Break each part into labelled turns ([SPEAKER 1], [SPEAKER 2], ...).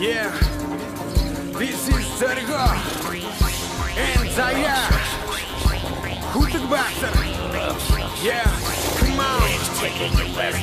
[SPEAKER 1] Yeah, this is Sergo and Zaya. Who's the boxer? Yeah, come on.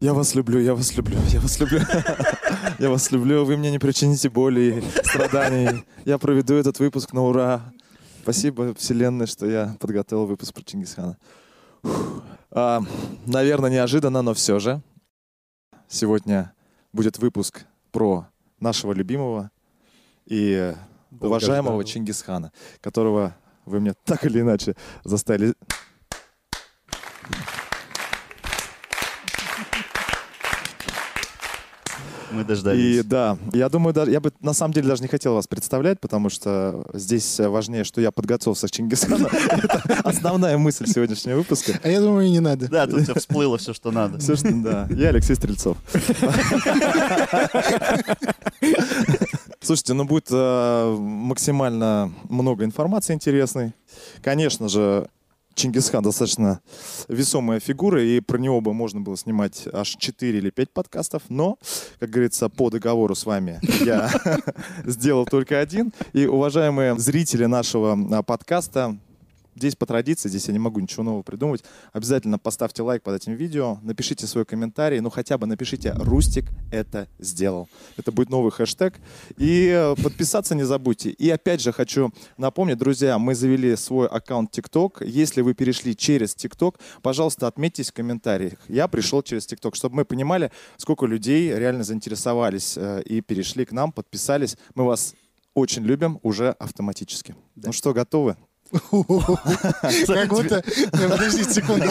[SPEAKER 2] Я вас люблю, я вас люблю, я вас люблю. Я вас люблю, вы мне не причините боли и страданий. Я проведу этот выпуск на ура. Спасибо вселенной, что я подготовил выпуск про Чингисхана. Фух. А, наверное, неожиданно, но все же. Сегодня будет выпуск про нашего любимого и уважаемого Чингисхана, которого вы мне так или иначе заставили
[SPEAKER 3] Мы
[SPEAKER 2] И
[SPEAKER 3] дождались.
[SPEAKER 2] да, я думаю, даже, я бы на самом деле даже не хотел вас представлять, потому что здесь важнее, что я подготовился к Чингисхану. Это основная мысль сегодняшнего выпуска.
[SPEAKER 4] А я думаю, и не надо.
[SPEAKER 3] Да, тут все всплыло, все, что надо.
[SPEAKER 2] Все, что, да. Я Алексей Стрельцов. Слушайте, ну будет э, максимально много информации интересной. Конечно же, Чингисхан достаточно весомая фигура, и про него бы можно было снимать аж 4 или 5 подкастов, но, как говорится, по договору с вами я сделал только один. И, уважаемые зрители нашего а, подкаста, здесь по традиции, здесь я не могу ничего нового придумывать, обязательно поставьте лайк под этим видео, напишите свой комментарий, ну хотя бы напишите «Рустик это сделал». Это будет новый хэштег. И э, подписаться не забудьте. И опять же хочу напомнить, друзья, мы завели свой аккаунт TikTok. Если вы перешли через TikTok, пожалуйста, отметьтесь в комментариях. Я пришел через TikTok, чтобы мы понимали, сколько людей реально заинтересовались э, и перешли к нам, подписались. Мы вас очень любим уже автоматически. Ну что, готовы?
[SPEAKER 4] Как будто... Э, Подожди секунду.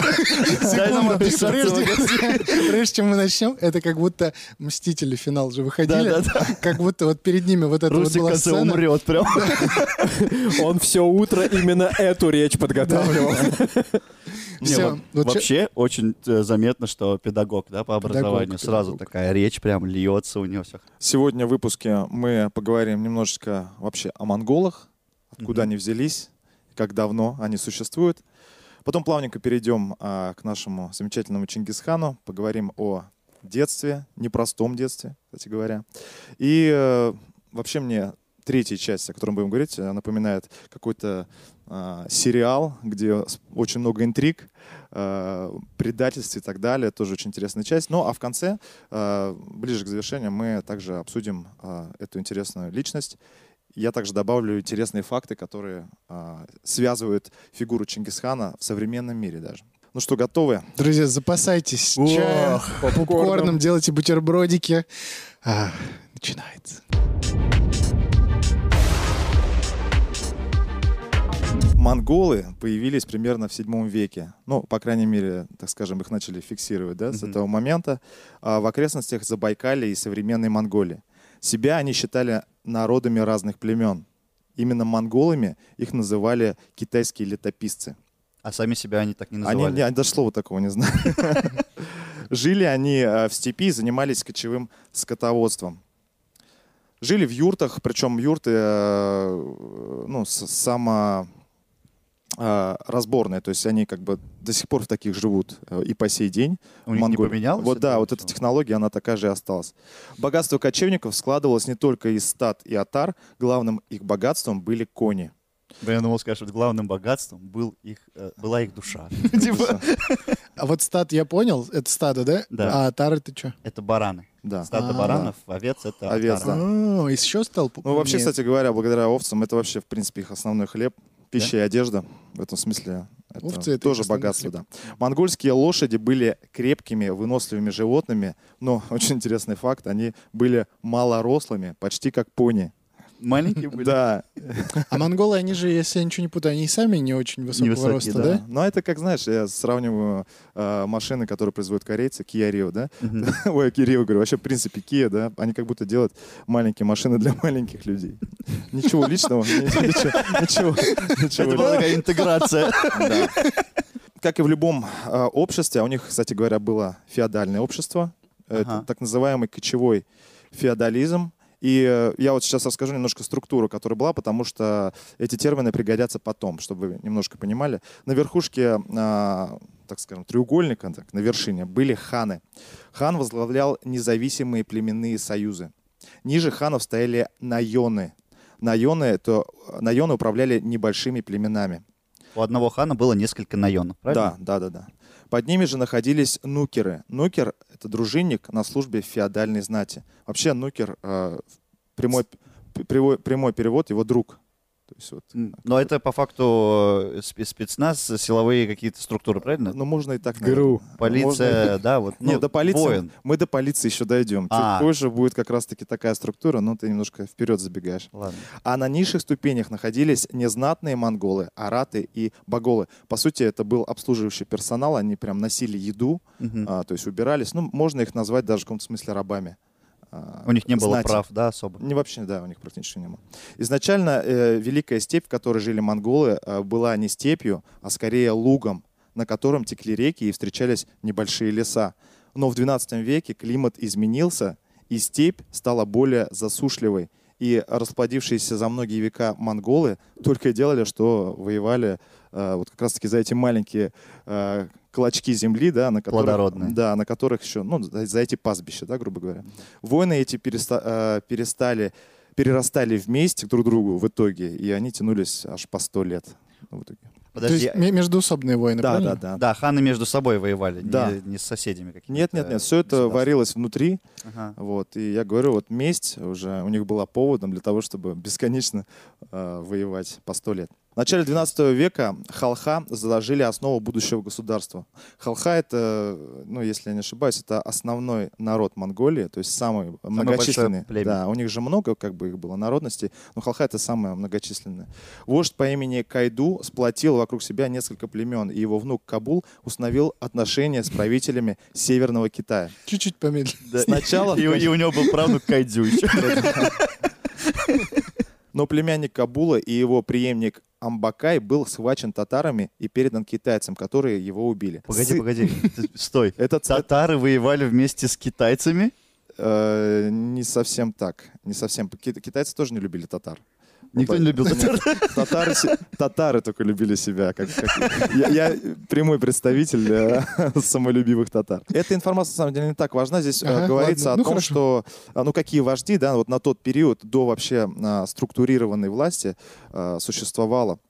[SPEAKER 3] Дай нам
[SPEAKER 4] Секунду.
[SPEAKER 3] описаться,
[SPEAKER 4] Прежде- Прежде чем мы начнем, это как будто «Мстители» финал же выходили.
[SPEAKER 3] Да-да-да.
[SPEAKER 4] Как будто вот перед ними вот это вот
[SPEAKER 3] Русик
[SPEAKER 4] была
[SPEAKER 3] Козе
[SPEAKER 4] сцена.
[SPEAKER 3] умрет прям.
[SPEAKER 5] Он все утро именно эту речь подготавливал.
[SPEAKER 3] Не,
[SPEAKER 4] Всё,
[SPEAKER 3] во-
[SPEAKER 4] вот
[SPEAKER 3] Вообще очень э, заметно, что педагог, да, по образованию.
[SPEAKER 4] Педагог,
[SPEAKER 3] Сразу
[SPEAKER 4] педагог.
[SPEAKER 3] такая речь прям льется у него все.
[SPEAKER 2] Сегодня в выпуске мы поговорим немножечко вообще о монголах, откуда они взялись, как давно они существуют. Потом плавненько перейдем а, к нашему замечательному Чингисхану, поговорим о детстве, непростом детстве, кстати говоря. И э, вообще мне третья часть, о которой мы будем говорить, э, напоминает какой-то а, сериал, где с- очень много интриг, э, предательств и так далее. Тоже очень интересная часть. Ну а в конце Э, Ближе к завершению мы также обсудим э, эту интересную личность. Я также добавлю интересные факты, которые э, связывают фигуру Чингисхана в современном мире даже. Ну что, готовы?
[SPEAKER 4] Друзья, запасайтесь чаем, попкорном, делайте бутербродики. А, Начинается.
[SPEAKER 2] Монголы появились примерно в седьмом веке. Ну, по крайней мере, так скажем, их начали фиксировать да, с
[SPEAKER 3] Мгм.
[SPEAKER 2] этого момента а, в окрестностях Забайкалия и современной Монголии. Себя они считали народами разных племен. Именно монголами их называли китайские летописцы.
[SPEAKER 3] А сами себя они так не
[SPEAKER 2] Они, не,
[SPEAKER 3] называли.
[SPEAKER 2] они даже слова такого не знают. Жили они э, в степи и занимались кочевым скотоводством. Жили в юртах, причем юрты э, ну, с- само э, разборные, то есть они как бы до сих пор в таких живут э, и по сей день.
[SPEAKER 3] У них не
[SPEAKER 2] Монголии.
[SPEAKER 3] поменялось?
[SPEAKER 2] Вот да,
[SPEAKER 3] это
[SPEAKER 2] вот эта
[SPEAKER 3] всё?
[SPEAKER 2] технология, она такая же и осталась. Богатство кочевников складывалось не только из стад и отар, главным их богатством были кони.
[SPEAKER 3] Да, я думал, скажешь, главным богатством был их, э, была их душа. Типа,
[SPEAKER 4] А вот стад я понял, это стадо, да?
[SPEAKER 3] Да.
[SPEAKER 4] А отары ты что?
[SPEAKER 3] Это бараны.
[SPEAKER 2] Да.
[SPEAKER 3] Стата
[SPEAKER 4] А.
[SPEAKER 3] баранов, овец это
[SPEAKER 2] Овец,
[SPEAKER 3] отара.
[SPEAKER 2] да.
[SPEAKER 4] О, еще А, стал
[SPEAKER 2] Ну, вообще,
[SPEAKER 4] Нет.
[SPEAKER 2] кстати говоря, благодаря овцам, это вообще, в принципе, их основной хлеб, пища и одежда. В этом смысле это
[SPEAKER 4] Овцы — это
[SPEAKER 2] тоже
[SPEAKER 4] их основной
[SPEAKER 2] богатство, да. Монгольские лошади были крепкими, выносливыми животными, но очень интересный факт, они были малорослыми, почти как пони.
[SPEAKER 3] Маленькие были.
[SPEAKER 2] Да,
[SPEAKER 4] А монголы, они же, если я ничего не путаю, они и сами не очень высокого
[SPEAKER 3] высокие,
[SPEAKER 4] роста,
[SPEAKER 3] да.
[SPEAKER 4] да?
[SPEAKER 2] Ну, это как, знаешь, я сравниваю э, машины, которые производят корейцы, Kia Rio, да?
[SPEAKER 3] Мгм.
[SPEAKER 2] Ой, Kia Rio, говорю, вообще, в принципе, Kia, да? Они как будто делают маленькие машины для маленьких людей. Ничего личного, ничего, ничего.
[SPEAKER 3] Это была такая интеграция.
[SPEAKER 2] Да. как и в любом э, обществе, а у них, кстати говоря, было феодальное общество, это
[SPEAKER 3] Ага.
[SPEAKER 2] так называемый кочевой феодализм. И э, я вот сейчас расскажу немножко структуру, которая была, потому что эти термины пригодятся потом, чтобы вы немножко понимали. На верхушке, а, так скажем, треугольника, так, на вершине, были ханы. Хан возглавлял независимые племенные союзы. Ниже ханов стояли наёны. Наёны, это, наёны управляли небольшими племенами.
[SPEAKER 3] У одного хана было несколько наенов, правильно?
[SPEAKER 2] Да, да, да, да. Под ними же находились нукеры. Нукер — это дружинник на службе в феодальной знати. Вообще нукер э, в прямой, п- прямой, прямой перевод — его друг. То есть вот,
[SPEAKER 3] М, Но это по факту э, спе- спецназ, силовые какие-то структуры, правильно?
[SPEAKER 2] ну, можно и так,
[SPEAKER 5] ГРУ.
[SPEAKER 2] наверное. Можно и-
[SPEAKER 3] Полиция, да, вот. ну,
[SPEAKER 2] Нет, до полиции,
[SPEAKER 3] Воин.
[SPEAKER 2] мы до полиции еще дойдем.
[SPEAKER 3] А.
[SPEAKER 2] Чуть позже будет как раз-таки такая структура, но ты немножко вперед забегаешь.
[SPEAKER 3] Ладно.
[SPEAKER 2] А на низших ступенях находились незнатные монголы, араты и баголы. По сути, это был обслуживающий персонал, они прям носили еду,
[SPEAKER 3] Мгм.
[SPEAKER 2] а, то есть убирались. Ну, можно их назвать даже в каком-то смысле рабами. А,
[SPEAKER 3] У них не было
[SPEAKER 2] знати.
[SPEAKER 3] прав, да, особо.
[SPEAKER 2] Не вообще, да, у них практически не было. Изначально э, Великая степь, в которой жили монголы, э, была не степью, а скорее лугом, на котором текли реки и встречались небольшие леса. Но в 12 веке климат изменился, и степь стала более засушливой. И расплодившиеся за многие века монголы только и делали, что воевали э, вот как раз-таки за эти маленькие э, клочки земли, да, на которых,
[SPEAKER 3] Плодородные.
[SPEAKER 2] да, на которых еще, ну, за за эти пастбища, да, грубо говоря. Войны эти переста- э, перестали, перерастали вместе друг к другу в итоге, и они тянулись аж по сто лет. В итоге.
[SPEAKER 4] То есть
[SPEAKER 3] Подожди,
[SPEAKER 4] ме- междуусобные войны,
[SPEAKER 2] Да,
[SPEAKER 4] правильно?
[SPEAKER 2] да, да.
[SPEAKER 3] да, ханы между собой воевали, не-
[SPEAKER 2] Да.
[SPEAKER 3] не, с соседями какими-то.
[SPEAKER 2] Нет, нет, нет, все это
[SPEAKER 3] государствами.
[SPEAKER 2] варилось внутри,
[SPEAKER 3] Ага.
[SPEAKER 2] вот, и я говорю, вот месть уже у них была поводом для того, чтобы бесконечно э, воевать по сто лет. В начале 12 века халха заложили основу будущего государства. Халха — это, ну, если я не ошибаюсь, это основной народ Монголии, то есть самый многочисленный.
[SPEAKER 3] племя.
[SPEAKER 2] Да, у них же много как бы их было народностей, но халха — это самое многочисленное. Вождь по имени Кайду сплотил вокруг себя несколько племен, и его внук Кабул установил отношения с правителями Северного Китая.
[SPEAKER 4] Чуть-чуть помедленнее.
[SPEAKER 3] Да, и-
[SPEAKER 2] Сначала,
[SPEAKER 3] И, у- и у него был правнук Кайдзю еще.
[SPEAKER 2] Но племянник Кабула и его преемник Амбакай был схвачен татарами и передан китайцам, которые его убили.
[SPEAKER 3] Погоди,
[SPEAKER 2] Сы-
[SPEAKER 3] погоди, ты- стой.
[SPEAKER 2] Это ц-
[SPEAKER 3] Татары воевали вместе с китайцами?
[SPEAKER 2] э, не совсем так. Не совсем. Ки- Китайцы тоже не любили татар.
[SPEAKER 3] Никто не любил татар.
[SPEAKER 2] Татары, се- татары только любили себя. как- как- Я, я прямой представитель э, самолюбивых татар. Эта информация, на самом деле, не так важна. Здесь э,
[SPEAKER 4] Ага,
[SPEAKER 2] говорится
[SPEAKER 4] ладно.
[SPEAKER 2] о
[SPEAKER 4] Ну,
[SPEAKER 2] том,
[SPEAKER 4] хорошо.
[SPEAKER 2] что а, ну, какие вожди да, вот на тот период до вообще а, структурированной власти а, существовало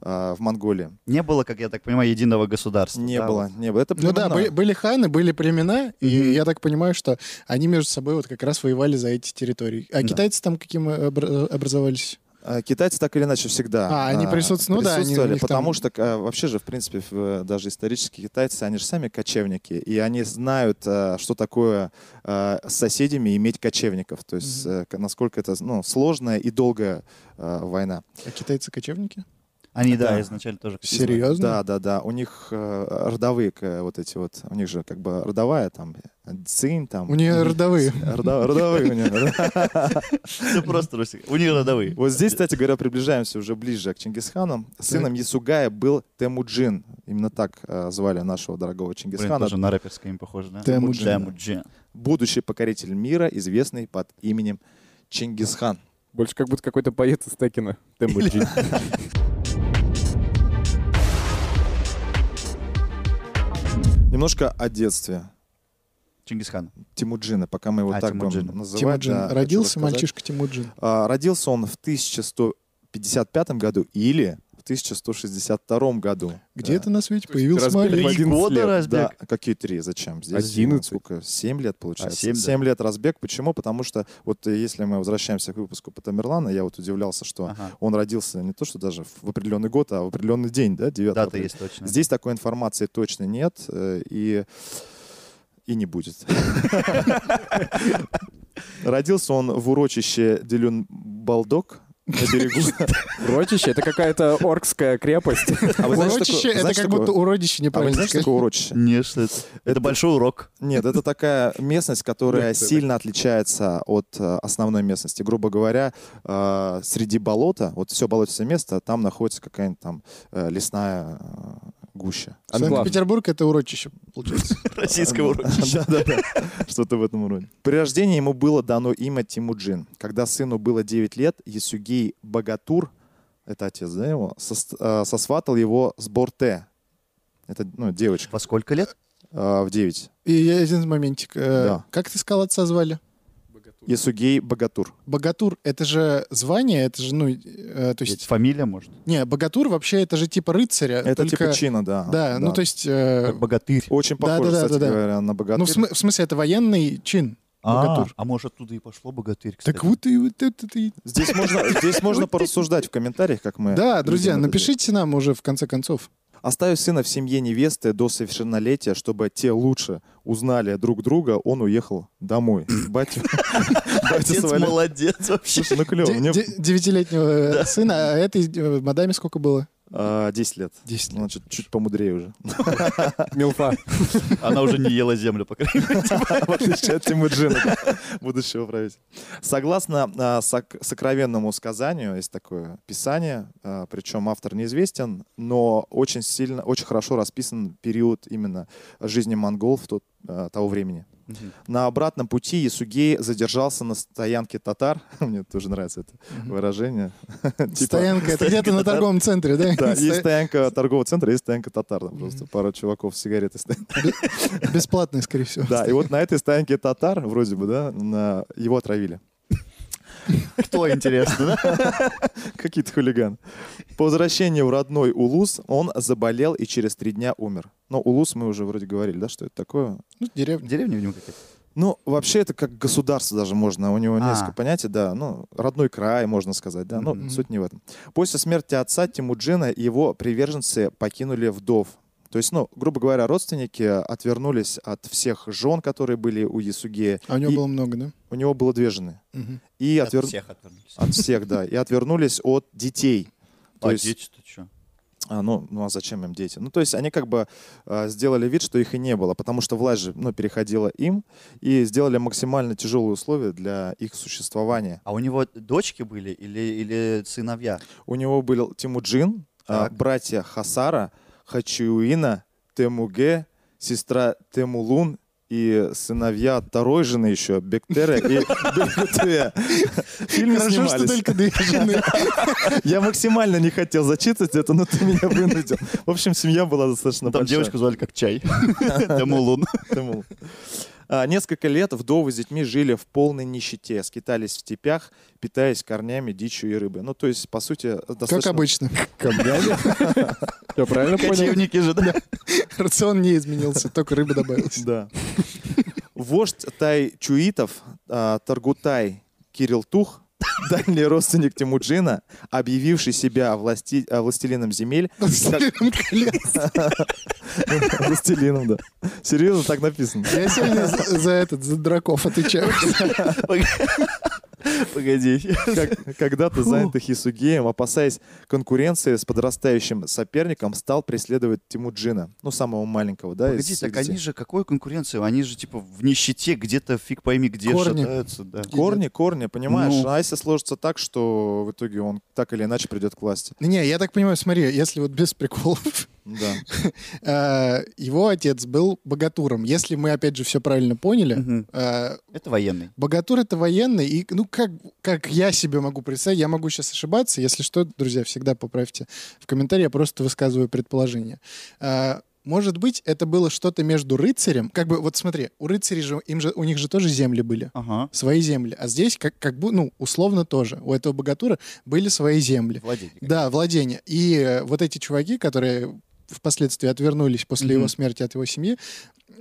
[SPEAKER 2] а, в Монголии.
[SPEAKER 3] Не было, как я так понимаю, единого государства.
[SPEAKER 2] Не
[SPEAKER 3] да,
[SPEAKER 2] было,
[SPEAKER 3] вот.
[SPEAKER 2] не было. Это
[SPEAKER 4] Ну да,
[SPEAKER 2] племенное.
[SPEAKER 4] бы- были ханы, были племена, и я так понимаю, что они между собой вот как раз воевали за эти территории.
[SPEAKER 2] Да.
[SPEAKER 4] А китайцы там каким э, обра- образовались?
[SPEAKER 2] А, Китайцы так или иначе всегда.
[SPEAKER 4] А, они присутствуют, ну да, они у
[SPEAKER 2] присутствовали,
[SPEAKER 4] них там-
[SPEAKER 2] потому что а, вообще же, в принципе, в, э, даже исторически китайцы, они же сами кочевники, и они знают, а, что такое а, с соседями иметь кочевников, то есть э, к- насколько это ну, сложная и долгая а, война.
[SPEAKER 4] А китайцы кочевники?
[SPEAKER 3] Они,
[SPEAKER 2] Да.
[SPEAKER 3] да, изначально тоже. китайцы.
[SPEAKER 4] Серьезно?
[SPEAKER 2] Да, да, да. У них э, родовые э, вот эти вот, у них же как бы родовая там, э, цинь там.
[SPEAKER 4] У нее родовые.
[SPEAKER 2] Рода- Родовые у них, да.
[SPEAKER 3] Ты просто, Русик, у них родовые.
[SPEAKER 2] Вот здесь, кстати говоря, приближаемся уже ближе к Чингисхану. Сыном Ясугая был Темуджин. Именно так э, звали нашего дорогого
[SPEAKER 3] Блин,
[SPEAKER 2] Чингисхана.
[SPEAKER 3] тоже на рэперское им похоже, да?
[SPEAKER 4] Темуджин.
[SPEAKER 3] Темуджин.
[SPEAKER 2] Будущий покоритель мира, известный под именем Чингисхан.
[SPEAKER 5] Больше как будто какой-то поэт из Текина. Тембуджи.
[SPEAKER 2] Немножко о детстве
[SPEAKER 3] Чингисхан.
[SPEAKER 2] Тимуджина, пока мы его
[SPEAKER 3] А,
[SPEAKER 2] так
[SPEAKER 3] Тимуджина.
[SPEAKER 2] будем называть.
[SPEAKER 4] Тимуджин.
[SPEAKER 2] да, хочу
[SPEAKER 4] Родился
[SPEAKER 2] рассказать.
[SPEAKER 4] мальчишка Тимуджин.
[SPEAKER 2] А, Родился он в 1155 году или в 1162 году.
[SPEAKER 4] Где
[SPEAKER 2] Да.
[SPEAKER 4] это на свете
[SPEAKER 5] То есть
[SPEAKER 4] появился
[SPEAKER 5] разбили в
[SPEAKER 4] мальчик?
[SPEAKER 3] Три
[SPEAKER 5] 11
[SPEAKER 3] года
[SPEAKER 5] лет,
[SPEAKER 2] Да,
[SPEAKER 3] разбег.
[SPEAKER 2] какие три? Зачем? Здесь
[SPEAKER 5] Одиннадцать.
[SPEAKER 2] сколько? Семь лет получается.
[SPEAKER 3] А, семь, да.
[SPEAKER 2] Семь лет разбег. Почему? Потому что вот э, если мы возвращаемся к выпуску Патамерлана, я вот удивлялся, что
[SPEAKER 3] Ага.
[SPEAKER 2] он родился не то, что даже в определенный год, а в определенный день, да, 9
[SPEAKER 3] Дата
[SPEAKER 2] апреля.
[SPEAKER 3] есть точно.
[SPEAKER 2] Здесь такой информации точно нет э, и и не будет. Родился он в урочище Делюн Балдок на берегу.
[SPEAKER 5] Ротище — это какая-то оркская крепость.
[SPEAKER 2] А вы знаете, что
[SPEAKER 4] Урочище
[SPEAKER 2] такое-
[SPEAKER 4] это
[SPEAKER 2] знаете,
[SPEAKER 4] как
[SPEAKER 2] что такое-
[SPEAKER 4] будто
[SPEAKER 2] А
[SPEAKER 4] уродище
[SPEAKER 2] вы
[SPEAKER 4] неправильно.
[SPEAKER 2] знаете, что
[SPEAKER 4] сказать.
[SPEAKER 2] такое урочище?
[SPEAKER 3] Не, что это? Это большой урок.
[SPEAKER 2] Нет, это такая местность, которая сильно отличается от э, основной местности. Грубо говоря, э, среди болота, вот все болотистое место, там находится какая-нибудь там э, лесная э, гуще.
[SPEAKER 5] Анклав.
[SPEAKER 4] Санкт-Петербург — это урочище, получается.
[SPEAKER 2] Э,
[SPEAKER 3] Российского уровня.
[SPEAKER 2] Да-да-да, что-то в этом роде. При рождении ему было дано имя Тимуджин. Когда сыну было 9 лет, Ясюгей Богатур, это отец, да, его, сос- э, сосватал его с Борте. Это, ну, девочка
[SPEAKER 3] Во сколько лет?
[SPEAKER 2] э, в 9.
[SPEAKER 4] И я один моментик. Э,
[SPEAKER 2] Да.
[SPEAKER 4] Как ты сказал, отца звали?
[SPEAKER 2] Ясугей Богатур.
[SPEAKER 4] Богатур — это же звание, это же, ну, э, то есть...
[SPEAKER 3] Фамилия, может?
[SPEAKER 4] Не, богатур вообще это же типа рыцаря.
[SPEAKER 2] Это
[SPEAKER 4] только-
[SPEAKER 2] типа чина, да.
[SPEAKER 4] Да, ну то есть... э,
[SPEAKER 3] Как богатырь.
[SPEAKER 2] Очень похоже,
[SPEAKER 4] Да-да-да,
[SPEAKER 2] кстати
[SPEAKER 4] да-да.
[SPEAKER 2] говоря, на богатырь.
[SPEAKER 4] ну, в, смы- в смысле, это военный чин.
[SPEAKER 3] А,
[SPEAKER 4] богатырь.
[SPEAKER 3] а может, оттуда и пошло богатырь, кстати.
[SPEAKER 4] Так вот и вот это и-
[SPEAKER 2] Здесь можно, здесь можно порассуждать в комментариях, как мы...
[SPEAKER 4] Да, друзья,
[SPEAKER 2] любим это делать.
[SPEAKER 4] напишите нам уже в конце концов.
[SPEAKER 2] Оставив сына в семье невесты до совершеннолетия, чтобы те лучше узнали друг друга, он уехал домой. Батя, батя
[SPEAKER 3] Отец
[SPEAKER 2] свалил.
[SPEAKER 3] молодец вообще.
[SPEAKER 2] Слушай, ну клево,
[SPEAKER 4] Де-
[SPEAKER 2] мне
[SPEAKER 4] де- Девятилетнего э, сына, а этой э, мадаме сколько было?
[SPEAKER 2] а, 10 лет.
[SPEAKER 4] Десять
[SPEAKER 2] Значит, чуть помудрее уже.
[SPEAKER 5] Милфа.
[SPEAKER 3] Она уже не ела землю, по крайней мере.
[SPEAKER 2] В отличие от Тимуджина, будущего правителя. Согласно а, сок- сокровенному сказанию, есть такое писание, а, причем автор неизвестен, но очень сильно, очень хорошо расписан период именно жизни монгол в тот, а, того времени. На обратном пути Ясугей задержался на стоянке татар. Мне тоже нравится это выражение. Типа,
[SPEAKER 4] Стоянка, это где-то на торговом центре, да?
[SPEAKER 2] Да,
[SPEAKER 4] Сто-
[SPEAKER 2] есть стоянка торгового центра, есть стоянка татар. Там просто пара чуваков с сигаретой стоят.
[SPEAKER 4] Бесплатный, скорее всего.
[SPEAKER 2] Да, и вот на этой стоянке татар, вроде бы, да, на- его отравили.
[SPEAKER 3] Кто, интересно, да?
[SPEAKER 2] Какие-то хулиганы. По возвращению в родной Улус он заболел и через три дня умер. Но Улус мы уже вроде говорили, да, что это такое.
[SPEAKER 4] Ну, деревня.
[SPEAKER 3] Деревня в нем какая-то.
[SPEAKER 2] Ну, вообще это как государство даже можно, у него
[SPEAKER 3] А.
[SPEAKER 2] несколько понятий, да, ну, родной край, можно сказать, да, но
[SPEAKER 4] Мгм.
[SPEAKER 2] суть не в этом. После смерти отца Тимуджина его приверженцы покинули вдов. То есть, ну, грубо говоря, родственники отвернулись от всех жен, которые были у Ясугея.
[SPEAKER 4] А у него
[SPEAKER 2] И
[SPEAKER 4] было много, да?
[SPEAKER 2] у него было две жены.
[SPEAKER 4] Мгм.
[SPEAKER 2] И отвер-
[SPEAKER 3] От всех отвернулись.
[SPEAKER 2] от всех, да, и отвернулись от детей. То
[SPEAKER 3] А
[SPEAKER 2] есть-
[SPEAKER 3] дети-то что?
[SPEAKER 2] А, ну, ну а зачем им дети? Ну, то есть они как бы э, сделали вид, что их и не было, потому что власть же ну, переходила им и сделали максимально тяжелые условия для их существования.
[SPEAKER 3] А у него дочки были или, или сыновья?
[SPEAKER 2] У него был Тимуджин, а,
[SPEAKER 3] Так.
[SPEAKER 2] братья Хасара, Хачиуина, Темуге, сестра Темулун и сыновья от второй жены еще, Бектера и Бекутуя. Фильмы
[SPEAKER 4] Хорошо, что
[SPEAKER 2] снимались.
[SPEAKER 4] только две жены.
[SPEAKER 2] Я максимально не хотел зачитывать это, но ты меня вынудил. В общем, семья была достаточно
[SPEAKER 3] Ну, Там
[SPEAKER 2] большая.
[SPEAKER 3] девочку звали как чай. Тамулун.
[SPEAKER 2] Думал. А, Несколько лет вдовы с детьми жили в полной нищете, скитались в степях, питаясь корнями, дичью и рыбой. Ну, то есть, по сути,
[SPEAKER 4] Как
[SPEAKER 2] достаточно...
[SPEAKER 4] обычно.
[SPEAKER 5] Я правильно понял?
[SPEAKER 3] Кочевники же, да?
[SPEAKER 4] Рацион не изменился, только рыба добавилась.
[SPEAKER 2] Да. Вождь тай-чуитов, а, Таргутай Кирилл Тух, дальний родственник Тимуджина, объявивший себя власти- а, властелином земель... как-
[SPEAKER 4] Властелин колец.
[SPEAKER 2] Властелином, да. Серьезно, так написано.
[SPEAKER 4] Я сегодня за за этот, за драков отвечаю.
[SPEAKER 3] Погоди.
[SPEAKER 2] Как- Когда-то занятых Исугеем, опасаясь конкуренции с подрастающим соперником, стал преследовать Тимуджина, ну, самого маленького, да,
[SPEAKER 3] Погоди,
[SPEAKER 2] из
[SPEAKER 3] так
[SPEAKER 2] детей.
[SPEAKER 3] они же, какую конкуренцию? Они же типа в нищете где-то фиг пойми где
[SPEAKER 4] Корни.
[SPEAKER 3] шатаются. да.
[SPEAKER 2] Корни, корни, понимаешь?
[SPEAKER 3] Ну.
[SPEAKER 2] А если сложится так, что в итоге он так или иначе придет к власти.
[SPEAKER 4] Не, я так понимаю, смотри, если вот без приколов,
[SPEAKER 2] Да.
[SPEAKER 4] э, его отец был богатуром. Если мы, опять же, все правильно поняли,
[SPEAKER 3] Мгм.
[SPEAKER 4] э,
[SPEAKER 3] Это военный.
[SPEAKER 4] богатур — это военный, и, ну, как, как я себе могу представить, я могу сейчас ошибаться, если что, друзья, всегда поправьте в комментарии, я просто высказываю предположение. Э, может быть, это было что-то между рыцарем, как бы, вот смотри, у рыцарей же, им же, у них же тоже земли были.
[SPEAKER 3] Ага.
[SPEAKER 4] свои земли. А здесь как, как бы, ну, условно тоже. У этого богатура были свои земли.
[SPEAKER 3] Владельник.
[SPEAKER 4] Да, владения. И э, вот эти чуваки, которые впоследствии отвернулись после
[SPEAKER 3] Мгм.
[SPEAKER 4] его смерти от его семьи,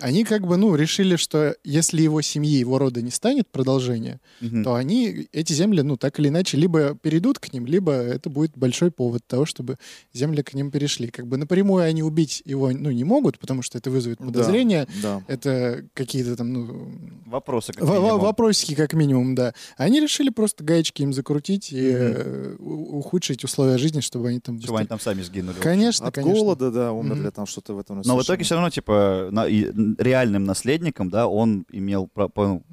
[SPEAKER 4] они как бы, ну, решили, что если его семьи, его рода не станет продолжения,
[SPEAKER 3] Мгм.
[SPEAKER 4] то они, эти земли, ну, так или иначе, либо перейдут к ним, либо это будет большой повод того, чтобы земли к ним перешли. Как бы напрямую они убить его, ну, не могут, потому что это вызовет
[SPEAKER 2] Да.
[SPEAKER 4] подозрения,
[SPEAKER 2] Да.
[SPEAKER 4] это какие-то там, ну,
[SPEAKER 3] Вопросы как
[SPEAKER 4] Во- во-
[SPEAKER 3] минимум.
[SPEAKER 4] Вопросики, как минимум, да. Они решили просто гаечки им закрутить и э, у- ухудшить условия жизни, чтобы они там...
[SPEAKER 3] Чего
[SPEAKER 4] быстрее-
[SPEAKER 3] они там сами сгинули?
[SPEAKER 4] Конечно,
[SPEAKER 2] От
[SPEAKER 4] конечно.
[SPEAKER 2] голода, да, умерли
[SPEAKER 4] Мгм.
[SPEAKER 2] там что-то в этом роде
[SPEAKER 3] Но в
[SPEAKER 2] совершенно.
[SPEAKER 3] итоге все равно, типа, на- и- н- реальным наследником, да, он имел, пра- по, ну,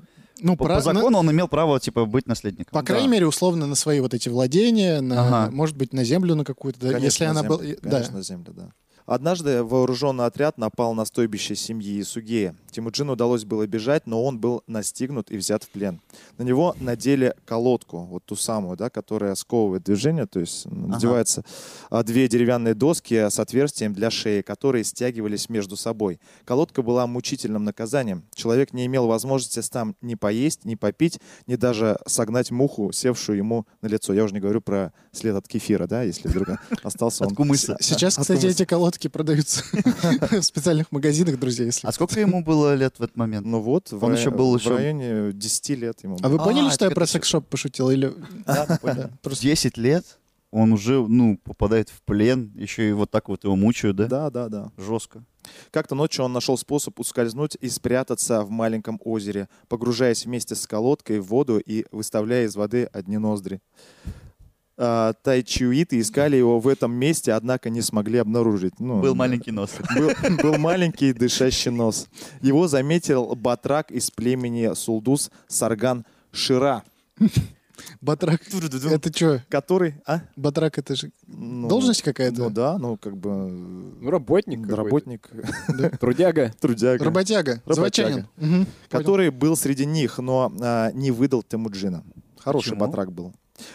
[SPEAKER 4] Ну,
[SPEAKER 3] по-
[SPEAKER 4] пра-
[SPEAKER 3] по
[SPEAKER 4] на-
[SPEAKER 3] закону он имел право, типа, быть наследником.
[SPEAKER 4] по крайней
[SPEAKER 3] Да.
[SPEAKER 4] мере, условно на свои вот эти владения, на,
[SPEAKER 3] Ага.
[SPEAKER 4] может быть, на землю на какую-то, да,
[SPEAKER 2] Конечно,
[SPEAKER 4] если она
[SPEAKER 2] земля,
[SPEAKER 4] была... Да.
[SPEAKER 2] Конечно, земля, да. Однажды вооруженный отряд напал на стойбище семьи Исугея. Тимуджину удалось было бежать, но он был настигнут и взят в плен. На него надели колодку, вот ту самую, да, которая сковывает движение, то есть надеваются а, две деревянные доски с отверстием для шеи, которые стягивались между собой. Колодка была мучительным наказанием. Человек не имел возможности сам ни поесть, ни попить, ни даже согнать муху, севшую ему на лицо. Я уже не говорю про след от кефира, да, если вдруг остался он.
[SPEAKER 3] От кумыса.
[SPEAKER 4] Сейчас,
[SPEAKER 2] От
[SPEAKER 4] кстати,
[SPEAKER 2] кумыса.
[SPEAKER 4] эти колодки продаются в специальных магазинах, друзья, если
[SPEAKER 3] А сколько ему было лет в этот момент?
[SPEAKER 2] Ну вот, в,
[SPEAKER 3] Он
[SPEAKER 2] ра-
[SPEAKER 3] еще был
[SPEAKER 2] в
[SPEAKER 3] еще-
[SPEAKER 2] районе 10 лет ему
[SPEAKER 4] А
[SPEAKER 2] было.
[SPEAKER 4] вы
[SPEAKER 3] А,
[SPEAKER 4] поняли,
[SPEAKER 3] так
[SPEAKER 4] что я
[SPEAKER 3] это
[SPEAKER 4] про
[SPEAKER 3] всё.
[SPEAKER 4] секс-шоп пошутил? Или...
[SPEAKER 3] Да, понял. 10 лет, он уже, ну, попадает в плен, еще и вот так вот его мучают, да?
[SPEAKER 2] Да, да, да.
[SPEAKER 3] Жестко.
[SPEAKER 2] Как-то ночью он нашел способ ускользнуть и спрятаться в маленьком озере, погружаясь вместе с колодкой в воду и выставляя из воды одни ноздри. А, Тайчуиты искали его в этом месте, однако не смогли обнаружить. Ну,
[SPEAKER 3] Был маленький нос.
[SPEAKER 2] был, был маленький дышащий нос. Его заметил батрак из племени Сулдус Сарган Шира,
[SPEAKER 4] Батрак. Это что?
[SPEAKER 2] который... А?
[SPEAKER 4] Батрак это же
[SPEAKER 2] Ну,
[SPEAKER 4] должность
[SPEAKER 2] Ну
[SPEAKER 4] какая-то?
[SPEAKER 2] да, ну как бы...
[SPEAKER 5] Ну, работник какой-то.
[SPEAKER 2] Работник,
[SPEAKER 5] Трудяга.
[SPEAKER 2] трудяга.
[SPEAKER 4] Работяга,
[SPEAKER 2] Работяга.
[SPEAKER 4] заводчанин. Мгм.
[SPEAKER 2] который был среди них, но а, не выдал Темуджина. Хороший
[SPEAKER 3] Почему?
[SPEAKER 2] батрак был.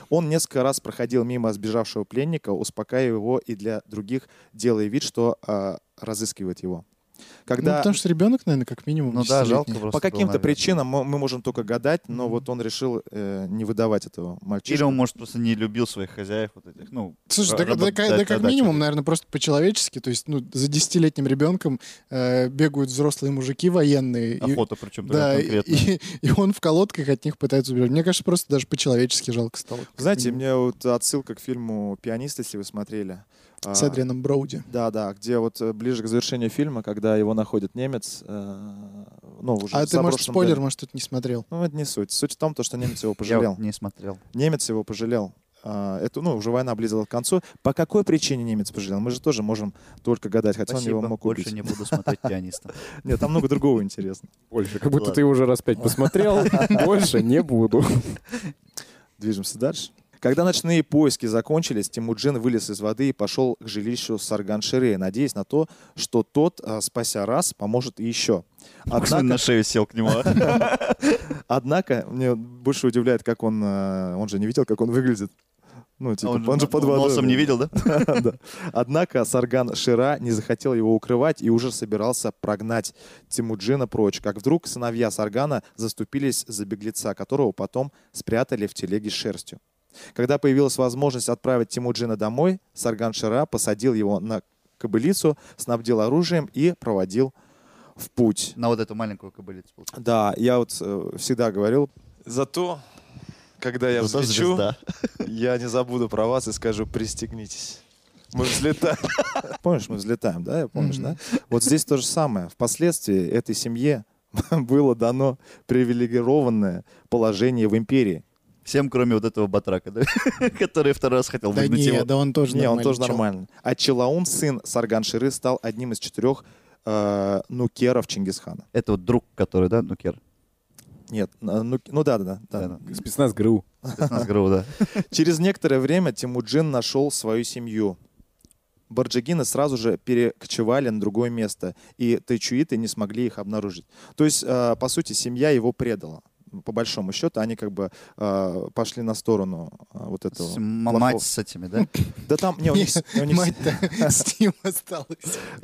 [SPEAKER 2] Он несколько раз проходил мимо сбежавшего пленника, успокаивая его и для других делая вид, что а, разыскивает его.
[SPEAKER 4] Ну,
[SPEAKER 2] Когда
[SPEAKER 4] потому что ребенок, наверное, как минимум
[SPEAKER 3] Ну да, жалко
[SPEAKER 4] 10-летний.
[SPEAKER 3] просто
[SPEAKER 2] по
[SPEAKER 3] было,
[SPEAKER 2] каким-то
[SPEAKER 3] наверное.
[SPEAKER 2] причинам мы, мы можем только гадать, но вот он решил э, не выдавать этого
[SPEAKER 3] Или
[SPEAKER 2] мальчишку.
[SPEAKER 3] он, может, просто не любил своих хозяев вот этих, ну... ра-
[SPEAKER 4] Слушай, да, да- да- да как
[SPEAKER 3] работодателей.
[SPEAKER 4] минимум, наверное, просто по-человечески, то есть, ну, за десятилетним ребенком э, бегают взрослые мужики военные. и-
[SPEAKER 3] Охота, причем
[SPEAKER 4] да,
[SPEAKER 3] такая
[SPEAKER 4] и,
[SPEAKER 3] конкретная.
[SPEAKER 4] и- и он в колодках от них пытается убежать. Мне кажется, просто даже по-человечески жалко стало. как
[SPEAKER 2] Знаете,
[SPEAKER 4] минимум.
[SPEAKER 2] мне вот отсылка к фильму «Пианист», если вы смотрели. А,
[SPEAKER 4] С Адрианом Броуди.
[SPEAKER 2] Да, да, где вот э, ближе к завершению фильма, когда его находит немец, э, ну, уже
[SPEAKER 4] А
[SPEAKER 2] в
[SPEAKER 4] ты, может,
[SPEAKER 2] заброшенном
[SPEAKER 4] спойлер,
[SPEAKER 2] доме.
[SPEAKER 4] может, тут не смотрел.
[SPEAKER 2] Ну, это не суть. Суть в том, то, что немец его
[SPEAKER 3] Я
[SPEAKER 2] пожалел.
[SPEAKER 3] вот не смотрел.
[SPEAKER 2] Немец его пожалел. А, Это, ну, уже война близилась к концу. По какой причине немец пожалел? Мы же тоже можем только гадать, хотя
[SPEAKER 3] Спасибо,
[SPEAKER 2] он его мог убить.
[SPEAKER 3] больше не буду смотреть пианиста.
[SPEAKER 2] Нет, там много другого интересного.
[SPEAKER 5] Больше. Как будто
[SPEAKER 3] Ладно.
[SPEAKER 5] ты уже раз пять посмотрел. Больше не буду.
[SPEAKER 2] Движемся дальше. Когда ночные поиски закончились, Тимуджин вылез из воды и пошел к жилищу Сарган-Шире, надеясь на то, что тот, а, спася раз, поможет и еще.
[SPEAKER 3] Максим
[SPEAKER 2] Однако,
[SPEAKER 3] на шею сел к нему.
[SPEAKER 2] однако, мне больше удивляет, как он... а, Он же не видел, как он выглядит. Ну, типа, он, же
[SPEAKER 3] н-
[SPEAKER 2] под
[SPEAKER 3] н-
[SPEAKER 2] водой.
[SPEAKER 3] Носом не видел, да?
[SPEAKER 2] Да. Однако Сарган Шира не захотел его укрывать и уже собирался прогнать Тимуджина прочь, как вдруг сыновья Саргана заступились за беглеца, которого потом спрятали в телеге с шерстью. Когда появилась возможность отправить Тимуджина домой, Сарган Шира посадил его на кобылицу, снабдил оружием и проводил в путь.
[SPEAKER 3] На вот эту маленькую кобылицу. получается.
[SPEAKER 2] Да, я вот э, всегда говорил, зато, когда я
[SPEAKER 3] Зато
[SPEAKER 2] взлечу,
[SPEAKER 3] звезда.
[SPEAKER 2] я не забуду про вас и скажу, пристегнитесь. Мы взлетаем. Помнишь, мы взлетаем, да? Помнишь, да? Вот здесь то же самое. Впоследствии этой семье было дано привилегированное положение в империи.
[SPEAKER 3] Всем, кроме вот этого батрака, да? Который второй раз хотел
[SPEAKER 4] Да
[SPEAKER 3] выгнать
[SPEAKER 4] не,
[SPEAKER 3] его.
[SPEAKER 4] да он тоже
[SPEAKER 2] Не, он
[SPEAKER 4] нормальный
[SPEAKER 2] тоже
[SPEAKER 4] чел.
[SPEAKER 2] нормально. А Челаун, сын Сарганширы, стал одним из четырех э, нукеров Чингисхана.
[SPEAKER 3] Это вот друг, который, да, ну, Нукер?
[SPEAKER 2] Нет, э, ну, ну да, да, да, да.
[SPEAKER 3] Да-да.
[SPEAKER 5] Спецназ ГРУ.
[SPEAKER 3] Спецназ ГРУ, да.
[SPEAKER 2] Через некоторое время Тимуджин нашел свою семью. Барджигины сразу же перекочевали на другое место, и тайчуиты не смогли их обнаружить. То есть, э, по сути, семья его предала. По большому счету, они как бы э, пошли на сторону э, вот этого.
[SPEAKER 3] С- м-
[SPEAKER 2] плохого.
[SPEAKER 3] Мать с этими, да?
[SPEAKER 2] Да там, не, у них, с- у них с-
[SPEAKER 4] Мать-то с ним осталась.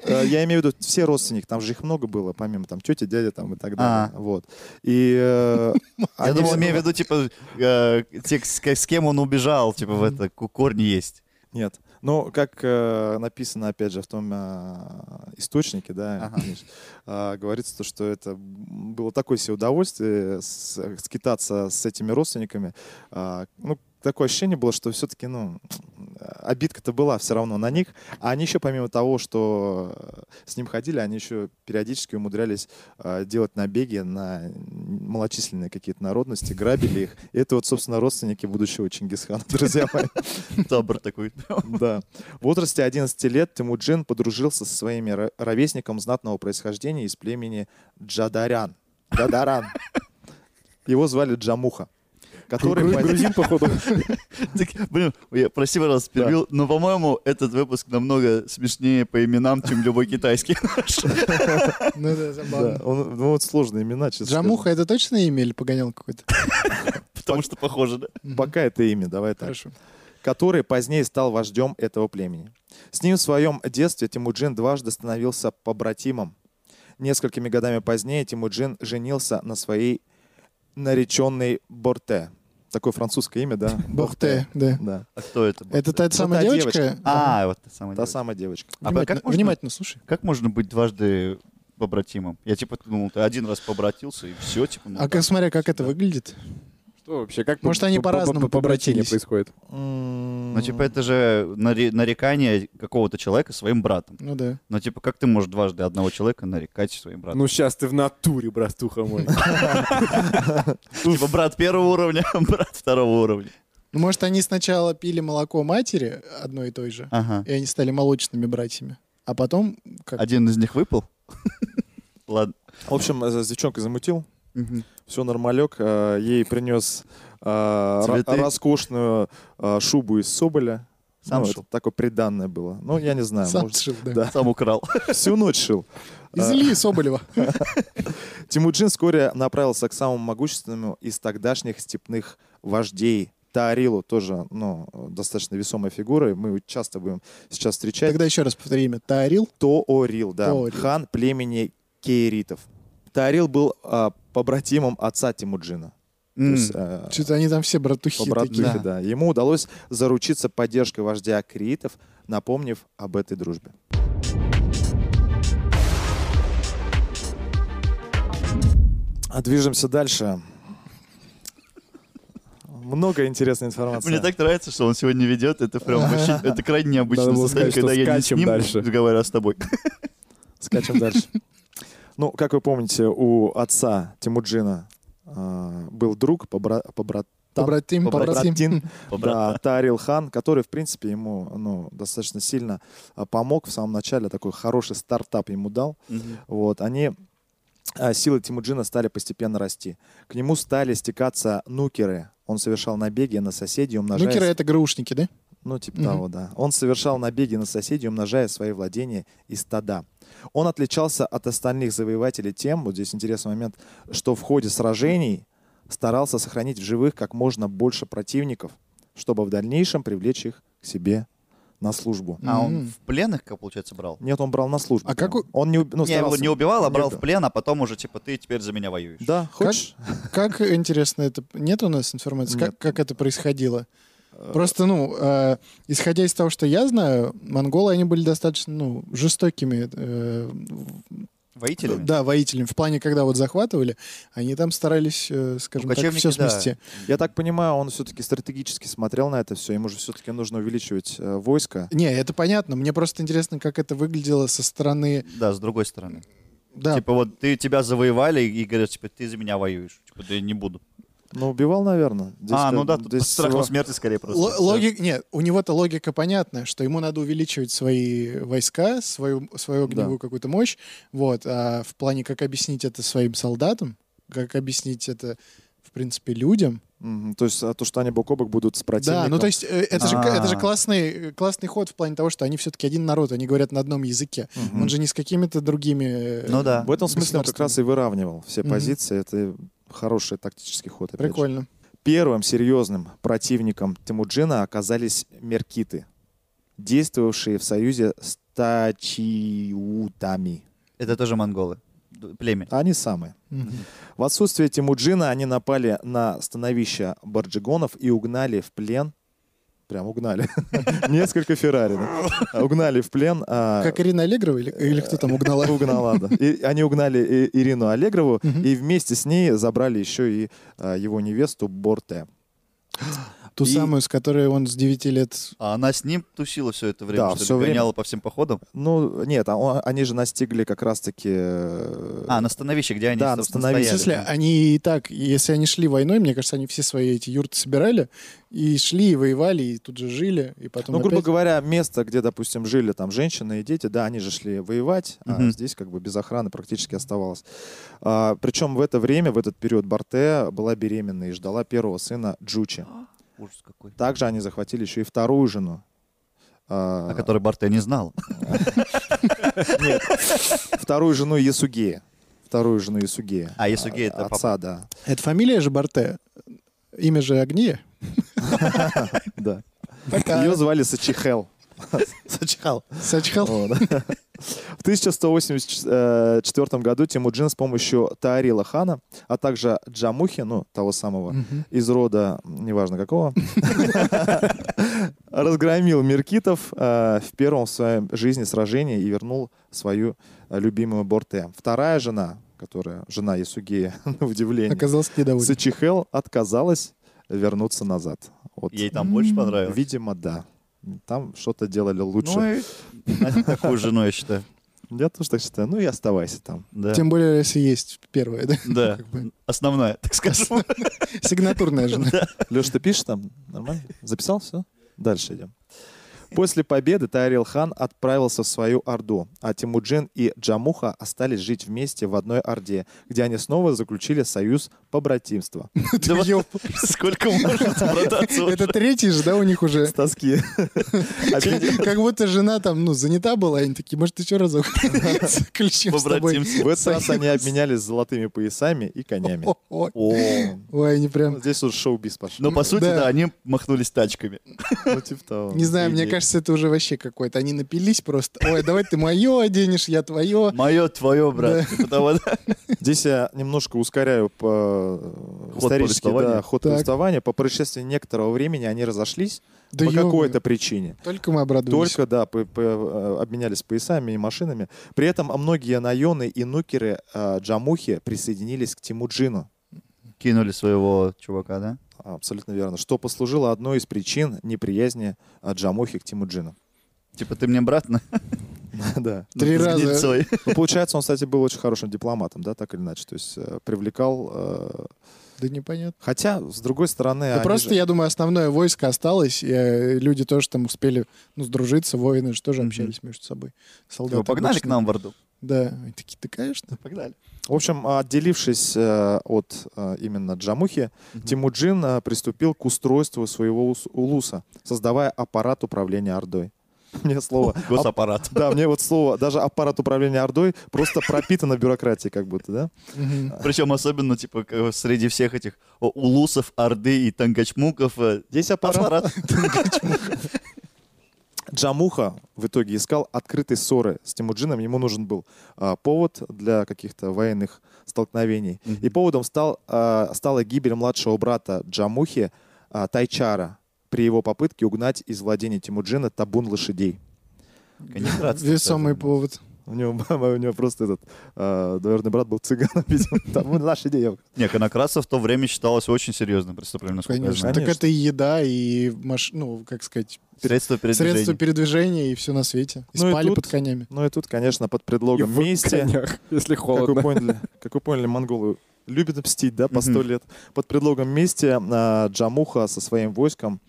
[SPEAKER 2] Э, Я имею в виду все родственники, там же их много было, помимо там тети, дяди там и так далее. Вот. И э,
[SPEAKER 3] А. Я
[SPEAKER 2] они
[SPEAKER 3] думал,
[SPEAKER 2] все-
[SPEAKER 3] имею в виду, типа, э, те, с с кем он убежал, типа, в это, ку- корни есть.
[SPEAKER 2] Нет. Ну, как э, написано, опять же, в том э, источнике, да,
[SPEAKER 3] Ага.
[SPEAKER 2] конечно, э, говорится то, что это было такое себе удовольствие с- скитаться с этими родственниками. А, ну, такое ощущение было, что все-таки, ну, обидка-то была все равно на них. А они еще, помимо того, что э, с ним ходили, они еще периодически умудрялись э, делать набеги на малочисленные какие-то народности, грабили их. И это вот, собственно, родственники будущего Чингисхана, друзья мои.
[SPEAKER 3] Табор такой.
[SPEAKER 2] Да. В возрасте 11 лет Тимуджин подружился со своими ро- ровесником знатного происхождения из племени Джадарян. Джадаран. Его звали Джамуха. который...
[SPEAKER 5] Гру-
[SPEAKER 2] по-
[SPEAKER 5] Грузин, походу.
[SPEAKER 3] Так, Блин, я, прости, пожалуйста, перебил, но, по-моему, этот выпуск намного смешнее по именам, чем любой китайский наш.
[SPEAKER 4] Ну да,
[SPEAKER 2] Да,
[SPEAKER 4] забавно.
[SPEAKER 2] он- ну вот сложные имена, честно
[SPEAKER 4] Джамуха это точно имя или погонял какой-то?
[SPEAKER 3] Потому что похоже, да?
[SPEAKER 2] сказать. Пока это имя, давай так.
[SPEAKER 4] Хорошо.
[SPEAKER 2] который позднее стал вождем этого племени. С ним в своем детстве Тимуджин дважды становился побратимом. Несколькими годами позднее Тимуджин женился на своей нареченной Борте. Такое французское имя, да?
[SPEAKER 4] Бухте, да.
[SPEAKER 2] Да.
[SPEAKER 3] А кто это? был?
[SPEAKER 4] Это та
[SPEAKER 2] та
[SPEAKER 4] самая девочка?
[SPEAKER 2] девочка.
[SPEAKER 3] А, вот та самая.
[SPEAKER 2] Та
[SPEAKER 3] девочка.
[SPEAKER 2] самая девочка.
[SPEAKER 3] А
[SPEAKER 4] Внимательно-
[SPEAKER 3] как можно-
[SPEAKER 4] Внимательно слушай.
[SPEAKER 3] Как можно быть дважды побратимом? Я типа думал, ты один раз побратился и все, типа. ну
[SPEAKER 4] А как,
[SPEAKER 3] так.
[SPEAKER 4] смотря, как это выглядит.
[SPEAKER 5] Что вообще? Как
[SPEAKER 4] Может, они по-разному
[SPEAKER 5] побратине
[SPEAKER 4] побратились.
[SPEAKER 5] происходит?
[SPEAKER 3] Ну, типа, это же наре- нарекание какого-то человека своим братом.
[SPEAKER 4] Ну да.
[SPEAKER 3] Ну, типа, как ты можешь дважды одного человека нарекать своим братом?
[SPEAKER 5] Ну, сейчас ты в натуре, братуха мой. Ну,
[SPEAKER 3] типа, брат первого уровня, брат второго уровня.
[SPEAKER 4] Ну, может, они сначала пили молоко матери одной и той же,
[SPEAKER 3] Ага.
[SPEAKER 4] и они стали молочными братьями. А потом, как
[SPEAKER 3] Один из них выпал? Ладно.
[SPEAKER 2] В общем, э, с девчонкой замутил.
[SPEAKER 3] Мгм.
[SPEAKER 2] Все нормалек. э, Ей принес э, ра-
[SPEAKER 3] Цветы.
[SPEAKER 2] роскошную э, шубу из соболя.
[SPEAKER 3] Сам
[SPEAKER 2] Ну,
[SPEAKER 3] шил.
[SPEAKER 2] это Такое приданное было. Ну, я не знаю.
[SPEAKER 4] сам
[SPEAKER 2] может,
[SPEAKER 4] шил, да.
[SPEAKER 2] да.
[SPEAKER 3] Сам украл.
[SPEAKER 2] Всю ночь шил.
[SPEAKER 4] Из Ильи Соболева.
[SPEAKER 2] Тимуджин вскоре направился к самому могущественному из тогдашних степных вождей. Таарилу тоже ну, достаточно весомая фигура, и мы его часто будем сейчас встречать.
[SPEAKER 4] Тогда еще раз повтори имя. Таарил.
[SPEAKER 2] Тоорил, да,
[SPEAKER 4] Тоорил.
[SPEAKER 2] хан племени кейритов. Таарил был а, побратимом отца Тимуджина. То
[SPEAKER 5] Ну,
[SPEAKER 2] есть, а,
[SPEAKER 4] Что-то они там все братухи
[SPEAKER 2] побратухи,
[SPEAKER 4] такие.
[SPEAKER 2] да. Ему удалось заручиться поддержкой вождя криитов, напомнив об этой дружбе. А Движемся дальше. Много интересной информации.
[SPEAKER 3] Мне так нравится, что он сегодня ведет. Это прям вообще, это крайне необычно.
[SPEAKER 5] Надо было
[SPEAKER 3] состояние,
[SPEAKER 5] сказать, что
[SPEAKER 3] когда я не с
[SPEAKER 5] скачем
[SPEAKER 3] ним
[SPEAKER 5] дальше.
[SPEAKER 3] разговариваю, а с тобой.
[SPEAKER 2] Скачем дальше. Ну, как вы помните, у отца Тимуджина а, был друг, побра- побра-
[SPEAKER 4] Побратим, побратим.
[SPEAKER 2] побратин,
[SPEAKER 3] Побрат-
[SPEAKER 2] Да, Тарил Хан, который, в принципе, ему ну, достаточно сильно а, помог в самом начале, такой хороший стартап ему дал.
[SPEAKER 3] Мгм.
[SPEAKER 2] Вот, они а, силы Тимуджина стали постепенно расти. К нему стали стекаться нукеры. Он совершал набеги на соседей, умножая...
[SPEAKER 4] Нукеры — Ну, это ГРУшники, да?
[SPEAKER 2] Ну, типа
[SPEAKER 4] Мгм.
[SPEAKER 2] того, да. Он совершал набеги на соседей, умножая свои владения и стада. Он отличался от остальных завоевателей тем, вот здесь интересный момент, что в ходе сражений старался сохранить в живых как можно больше противников, чтобы в дальнейшем привлечь их к себе на службу.
[SPEAKER 3] А он
[SPEAKER 4] Мгм.
[SPEAKER 3] в пленных, как получается, брал?
[SPEAKER 2] Нет, он брал на службу.
[SPEAKER 4] А как
[SPEAKER 2] прям.
[SPEAKER 4] у-
[SPEAKER 2] Он не, уб- ну,
[SPEAKER 3] Не, его
[SPEAKER 2] старался.
[SPEAKER 3] не убивал, а
[SPEAKER 2] Не
[SPEAKER 3] брал в
[SPEAKER 2] убивал.
[SPEAKER 3] плен, а потом уже, типа, ты теперь за меня воюешь.
[SPEAKER 2] Да, хочешь?
[SPEAKER 4] Как интересно это... Нет у нас информации? Как,
[SPEAKER 2] Нет.
[SPEAKER 4] как это происходило?
[SPEAKER 2] Э,
[SPEAKER 4] Просто, ну, э, исходя из того, что я знаю, монголы, они были достаточно, ну, жестокими, э,
[SPEAKER 3] Воителями?
[SPEAKER 4] да, воителями. В плане, когда вот захватывали, они там старались, э, скажем
[SPEAKER 3] Ну,
[SPEAKER 4] так,
[SPEAKER 3] кочевники,
[SPEAKER 4] все
[SPEAKER 3] да.
[SPEAKER 4] смести.
[SPEAKER 2] Я так понимаю, он все-таки стратегически смотрел на это все. Ему же все-таки нужно увеличивать э, войско.
[SPEAKER 4] Не, это понятно. Мне просто интересно, как это выглядело со стороны...
[SPEAKER 3] Да, с другой стороны.
[SPEAKER 4] Да,
[SPEAKER 3] Типа вот ты тебя завоевали и говорят, типа ты за меня воюешь. Типа да я не буду.
[SPEAKER 2] Ну, убивал, наверное.
[SPEAKER 3] а, ну да, тут под страхом
[SPEAKER 2] всего-
[SPEAKER 3] смерти скорее просто.
[SPEAKER 4] Л- логик- нет, у него-то логика понятная, что ему надо увеличивать свои войска, свою, свою огневую какую-то мощь, вот, а в плане, как объяснить это своим солдатам, как объяснить это, в принципе, людям.
[SPEAKER 2] Мгм, То есть а, то, что они бок о бок будут с противником.
[SPEAKER 4] Да, ну то есть э, это же, к- это же
[SPEAKER 3] А.
[SPEAKER 4] классный, классный ход в плане того, что они все-таки один народ, они говорят на одном языке.
[SPEAKER 2] Мгм.
[SPEAKER 4] Он же не с какими-то другими... э,
[SPEAKER 3] Ну да.
[SPEAKER 2] В этом смысле он как раз и выравнивал все
[SPEAKER 4] Мгм.
[SPEAKER 2] позиции. Это хороший тактический ход. опять же.
[SPEAKER 4] Прикольно.
[SPEAKER 2] Первым серьезным противником Тимуджина оказались меркиты, действовавшие в союзе с тачиутами.
[SPEAKER 3] Это тоже монголы. Д- Племя.
[SPEAKER 2] Они самые.
[SPEAKER 4] Мгм.
[SPEAKER 2] В отсутствие Тимуджина они напали на становище барджигонов и угнали в плен Прям угнали. Несколько Феррари. да. Угнали в плен. а,
[SPEAKER 4] Как Ирина Аллегрова или,
[SPEAKER 3] э,
[SPEAKER 4] или кто там угнала?
[SPEAKER 3] ну,
[SPEAKER 2] Угнала, да. И они угнали И- Ирину Аллегрову
[SPEAKER 4] Мгм.
[SPEAKER 2] и вместе с ней забрали еще и а, его невесту Борте.
[SPEAKER 4] Ту
[SPEAKER 2] И-
[SPEAKER 4] самую, с которой он с 9 лет...
[SPEAKER 3] А она с ним тусила все это время,
[SPEAKER 2] Да,
[SPEAKER 3] что
[SPEAKER 2] всё
[SPEAKER 3] ли,
[SPEAKER 2] время.
[SPEAKER 3] гоняла по всем походам?
[SPEAKER 2] Ну, нет, а он- они же настигли как раз-таки... э,
[SPEAKER 3] А, на становище, где они,
[SPEAKER 2] Да, на
[SPEAKER 3] собственно,
[SPEAKER 2] становище.
[SPEAKER 4] В
[SPEAKER 3] стояли.
[SPEAKER 4] смысле, они и так, если они шли войной, мне кажется, они все свои эти юрты собирали, и шли, и воевали, и тут же жили, и потом
[SPEAKER 2] Ну, грубо
[SPEAKER 4] опять-
[SPEAKER 2] говоря, место, где, допустим, жили там женщины и дети, да, они же шли воевать, а
[SPEAKER 3] Мгм.
[SPEAKER 2] здесь как бы без охраны практически оставалось. А, причем в это время, в этот период Барте была беременна и ждала первого сына Джучи.
[SPEAKER 3] Ужас какой.
[SPEAKER 2] Также они захватили еще и вторую жену. А,
[SPEAKER 3] О которой Барте не знал.
[SPEAKER 2] Нет, вторую жену Ясугея. Вторую жену Ясугея.
[SPEAKER 3] А, Ясугея это
[SPEAKER 2] А, Отца, да.
[SPEAKER 4] Это фамилия же Барте, имя же Агния.
[SPEAKER 2] да. Ее звали Сачихел.
[SPEAKER 4] А, Сачхал. Сачхал.
[SPEAKER 2] О, да. В 1184 году Тимуджин с помощью Таарила хана, а также Джамухи, ну, того самого, из рода, неважно какого, разгромил меркитов э, в первом в своей жизни сражении и вернул свою э, любимую Борте. Вторая жена, которая жена Ясугея, на удивление,
[SPEAKER 4] Оказался недоволен.
[SPEAKER 2] Сачихел отказалась вернуться назад. Вот,
[SPEAKER 3] Ей там больше понравилось.
[SPEAKER 2] Видимо, да. Там что-то делали лучше.
[SPEAKER 3] Ну и нафиг такую жену, я считаю.
[SPEAKER 2] Я тоже так считаю. Ну и оставайся там.
[SPEAKER 3] Да.
[SPEAKER 4] Тем более, если есть первая, да?
[SPEAKER 3] Да,
[SPEAKER 4] Как бы.
[SPEAKER 3] основная, так скажем.
[SPEAKER 4] Сигнатурная жена.
[SPEAKER 2] Леша, ты пишешь там? Нормально? Записал? Все? Дальше идем. После победы Тайрил хан отправился в свою орду, а Тимуджин и Джамуха остались жить вместе в одной орде, где они снова заключили союз побратимства.
[SPEAKER 3] Да вот
[SPEAKER 4] Ёп.
[SPEAKER 3] Сколько можно продаться? уже?
[SPEAKER 4] Это третий же, да, у них уже?
[SPEAKER 2] С тоски. Объедин-
[SPEAKER 4] Как будто жена там, ну, занята была, и они такие, может, еще разок заключим с тобой.
[SPEAKER 3] Побратимцы.
[SPEAKER 2] В этот раз они обменялись золотыми поясами и конями.
[SPEAKER 4] О, Ну, о.
[SPEAKER 3] О.
[SPEAKER 4] Ой, они прям...
[SPEAKER 2] Здесь уже шоу-биз пошел.
[SPEAKER 3] Но по сути,
[SPEAKER 4] Да.
[SPEAKER 3] да, они махнулись тачками.
[SPEAKER 2] Ну, типа того.
[SPEAKER 4] Не знаю, мне
[SPEAKER 2] Или-
[SPEAKER 4] кажется, это уже вообще какое-то. Они напились просто. Ой, давай ты мое оденешь, я твое.
[SPEAKER 3] Мое, твое, брат. Типа Потому-
[SPEAKER 2] Здесь я немножко ускоряю по э,
[SPEAKER 3] Ход
[SPEAKER 2] исторический
[SPEAKER 3] повествования.
[SPEAKER 2] да, ход
[SPEAKER 4] Так.
[SPEAKER 2] повествования. По происшествии некоторого времени они разошлись
[SPEAKER 4] Да
[SPEAKER 2] по
[SPEAKER 4] ё-моё.
[SPEAKER 2] какой-то причине.
[SPEAKER 4] Только мы обрадовались.
[SPEAKER 2] Только, да, по- по- э, обменялись поясами и машинами. При этом многие наены и нукеры э, Джамухи присоединились к Тимуджину.
[SPEAKER 3] Кинули своего чувака, да?
[SPEAKER 2] Абсолютно верно. Что послужило одной из причин неприязни э, Джамухи к Тимуджину.
[SPEAKER 3] Типа, ты мне брат на
[SPEAKER 2] Да.
[SPEAKER 4] Три
[SPEAKER 3] с
[SPEAKER 4] раза.
[SPEAKER 3] гнильцой.
[SPEAKER 2] Ну, Получается, он, кстати, был очень хорошим дипломатом, да, так или иначе. То есть э, привлекал... э,
[SPEAKER 4] Да непонятно.
[SPEAKER 2] Хотя, с другой стороны...
[SPEAKER 4] Да
[SPEAKER 2] они
[SPEAKER 4] просто,
[SPEAKER 2] же-
[SPEAKER 4] я думаю, основное войско осталось, и э, люди тоже там успели, ну, сдружиться, воины же тоже
[SPEAKER 3] Мгм.
[SPEAKER 4] общались между собой. Солдаты
[SPEAKER 3] Типа, погнали к
[SPEAKER 4] обычные.
[SPEAKER 3] нам в Орду.
[SPEAKER 4] Да, они такие, да, конечно. Погнали.
[SPEAKER 2] В общем, отделившись э, от э, именно Джамухи,
[SPEAKER 3] Мгм.
[SPEAKER 2] Тимуджин э, приступил к устройству своего ус- улуса, создавая аппарат управления Ордой. Мне слово... ап-
[SPEAKER 3] Госаппарат.
[SPEAKER 2] Да, мне вот слово, даже аппарат управления Ордой просто пропитано бюрократией как будто, да?
[SPEAKER 4] Мгм.
[SPEAKER 3] Причем особенно, типа, к- среди всех этих о, улусов, орды и тангачмуков. э,
[SPEAKER 2] Здесь аппарат...
[SPEAKER 3] Аппарат.
[SPEAKER 2] Джамуха в итоге искал открытой ссоры с Тимуджином. Ему нужен был а, повод для каких-то военных столкновений.
[SPEAKER 3] Мгм.
[SPEAKER 2] И поводом стал, а, стала гибель младшего брата Джамухи а, Тайчара при его попытке угнать из владения Тимуджина табун лошадей.
[SPEAKER 3] Конец
[SPEAKER 4] Весомый повод.
[SPEAKER 2] У него, у него просто этот а, двоюродный брат был цыганом, видимо. Табун лошадей. я-
[SPEAKER 3] Не, конократство в то время считалось очень серьезным преступлением, насколько я
[SPEAKER 4] Конечно.
[SPEAKER 3] знаю.
[SPEAKER 4] Так
[SPEAKER 2] Конечно.
[SPEAKER 4] это и еда, и, маш... ну, как сказать,
[SPEAKER 3] Средства передвижения.
[SPEAKER 4] средства передвижения, и все на свете. И
[SPEAKER 2] Ну и
[SPEAKER 4] спали
[SPEAKER 2] тут-
[SPEAKER 4] под конями.
[SPEAKER 2] Ну и тут, конечно, под
[SPEAKER 5] И
[SPEAKER 2] предлогом
[SPEAKER 5] в
[SPEAKER 2] мести...
[SPEAKER 5] конях, если
[SPEAKER 2] Как вы
[SPEAKER 5] холодно.
[SPEAKER 2] поняли, как вы поняли, монголы любят мстить, да, по сто
[SPEAKER 3] Мгм.
[SPEAKER 2] лет. Под предлогом мести а, Джамуха со своим войском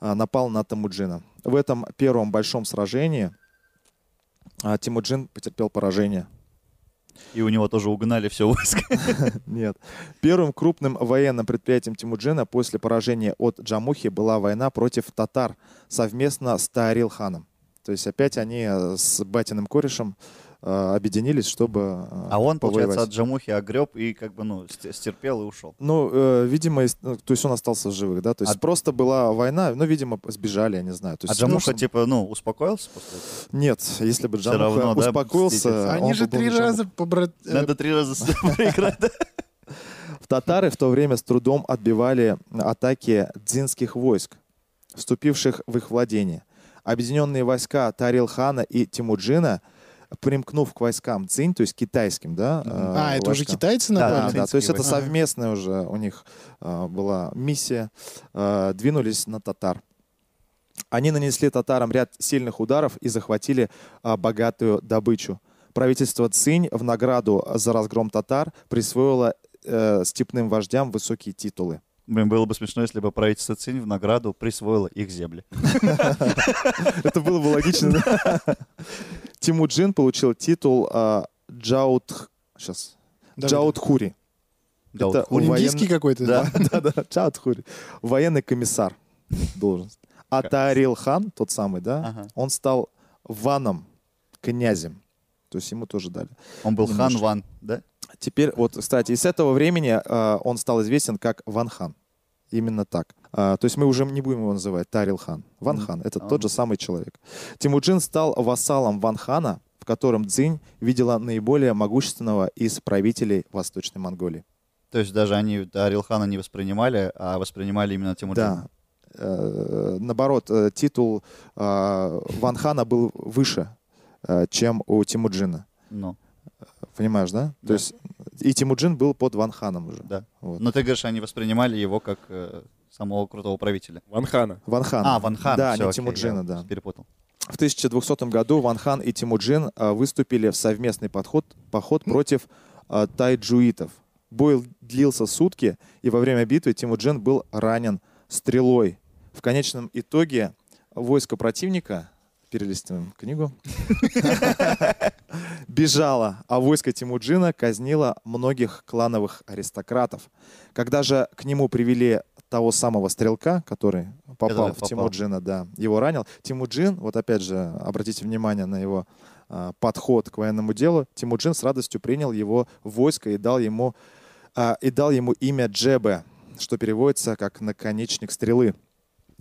[SPEAKER 2] а, напал на Тамуджина. В этом первом большом сражении а, Тимуджин потерпел поражение.
[SPEAKER 3] И у него тоже угнали все войско.
[SPEAKER 2] Нет. Первым крупным военным предприятием Тимуджина после поражения от Джамухи была война против татар совместно с Таарил-ханом. То есть опять они э, с батиным корешем э, объединились, чтобы э,
[SPEAKER 3] А он, получается,
[SPEAKER 2] повоевать.
[SPEAKER 3] от Джамухи огреб и как бы, ну, ст- стерпел и ушел.
[SPEAKER 2] Ну, э, видимо, из- ну, то есть он остался в живых, да? То есть
[SPEAKER 3] А-
[SPEAKER 2] просто была война, ну, видимо, сбежали, я не знаю. То
[SPEAKER 3] А
[SPEAKER 2] есть,
[SPEAKER 3] Джамуха,
[SPEAKER 2] ну,
[SPEAKER 3] типа, ну, успокоился после этого?
[SPEAKER 2] Нет, если бы
[SPEAKER 3] Всё
[SPEAKER 2] Джамуха
[SPEAKER 3] равно, да,
[SPEAKER 2] успокоился...
[SPEAKER 3] мститель.
[SPEAKER 2] А, он
[SPEAKER 4] Они
[SPEAKER 2] бы
[SPEAKER 4] же
[SPEAKER 2] был
[SPEAKER 4] три
[SPEAKER 2] не Джамуха.
[SPEAKER 4] раза побрат... э,
[SPEAKER 3] Надо три раза с- проиграть, да?
[SPEAKER 2] Татары в то время с трудом отбивали атаки дзинских войск, вступивших в их владение. Объединенные войска Тарил-хана и Тимуджина примкнув к войскам Цинь, то есть китайским, да? э,
[SPEAKER 4] А, это уже
[SPEAKER 2] войскам.
[SPEAKER 4] китайцы
[SPEAKER 2] Да,
[SPEAKER 4] напали?
[SPEAKER 2] да, да. То есть это
[SPEAKER 4] Ага.
[SPEAKER 2] совместная уже у них э, была миссия. Э, Двинулись на татар. Они нанесли татарам ряд сильных ударов и захватили э, богатую добычу. Правительство Цинь в награду за разгром татар присвоило э, степным вождям высокие титулы.
[SPEAKER 3] Блин, было бы смешно, если бы правительство Цинь в награду присвоило их земли.
[SPEAKER 2] Это было бы логично. Тимуджин получил титул э, Джаут... Сейчас.
[SPEAKER 4] Да,
[SPEAKER 2] Джаутхури.
[SPEAKER 3] Да,
[SPEAKER 2] Это
[SPEAKER 3] вот
[SPEAKER 4] да.
[SPEAKER 3] хуй.
[SPEAKER 2] воен-
[SPEAKER 4] Олимпийский какой-то?
[SPEAKER 3] Да.
[SPEAKER 2] Да-да, Чаудхури. Военный комиссар должность. А Тарил хан, тот самый, да,
[SPEAKER 3] Ага.
[SPEAKER 2] он стал ваном, князем. То есть ему тоже дали.
[SPEAKER 3] Он был Хан
[SPEAKER 2] Немножко.
[SPEAKER 3] Ван, да?
[SPEAKER 2] Теперь, вот, кстати, и с этого времени э, он стал известен как Ван Хан. Именно так. А, то есть мы уже не будем его называть Тарил Хан. Ван
[SPEAKER 3] Мгм.
[SPEAKER 2] Хан — это
[SPEAKER 3] А,
[SPEAKER 2] тот же самый человек. Тимуджин стал вассалом Ван Хана, в котором Цзинь видела наиболее могущественного из правителей Восточной Монголии.
[SPEAKER 3] То есть даже они Арил Хана не воспринимали, а воспринимали именно Тимуджина.
[SPEAKER 2] Да. Э, Наоборот, э, титул э, Ван Хана был выше, э, чем у Тимуджина.
[SPEAKER 3] Ну,
[SPEAKER 2] Понимаешь, да?
[SPEAKER 3] Да.
[SPEAKER 2] То есть и Тимуджин был под Ван Ханом уже.
[SPEAKER 3] да.
[SPEAKER 2] Вот.
[SPEAKER 3] Но ты говоришь, они воспринимали его как э, самого крутого правителя.
[SPEAKER 5] Ванхана.
[SPEAKER 2] Ван Хан.
[SPEAKER 3] А, Ван Хан.
[SPEAKER 2] Да,
[SPEAKER 3] всё,
[SPEAKER 2] не
[SPEAKER 3] окей,
[SPEAKER 2] Тимуджина,
[SPEAKER 3] я
[SPEAKER 2] да.
[SPEAKER 3] Перепутал.
[SPEAKER 2] В 1200 году Ван Хан и Тимуджин э, выступили в совместный подход, поход против э, тайджуитов. Бой длился сутки, и во время битвы Тимуджин был ранен стрелой. В конечном итоге войско противника, перелистываем книгу, бежало, а войско Тимуджина казнило многих клановых аристократов. Когда же к нему привели того самого стрелка, который попал
[SPEAKER 3] Который
[SPEAKER 2] в
[SPEAKER 3] попал.
[SPEAKER 2] Тимуджина, да, его ранил. Тимуджин, вот опять же, обратите внимание на его а, подход к военному делу, Тимуджин с радостью принял его в войско и дал ему, а, и дал ему имя Джебе, что переводится как «наконечник стрелы».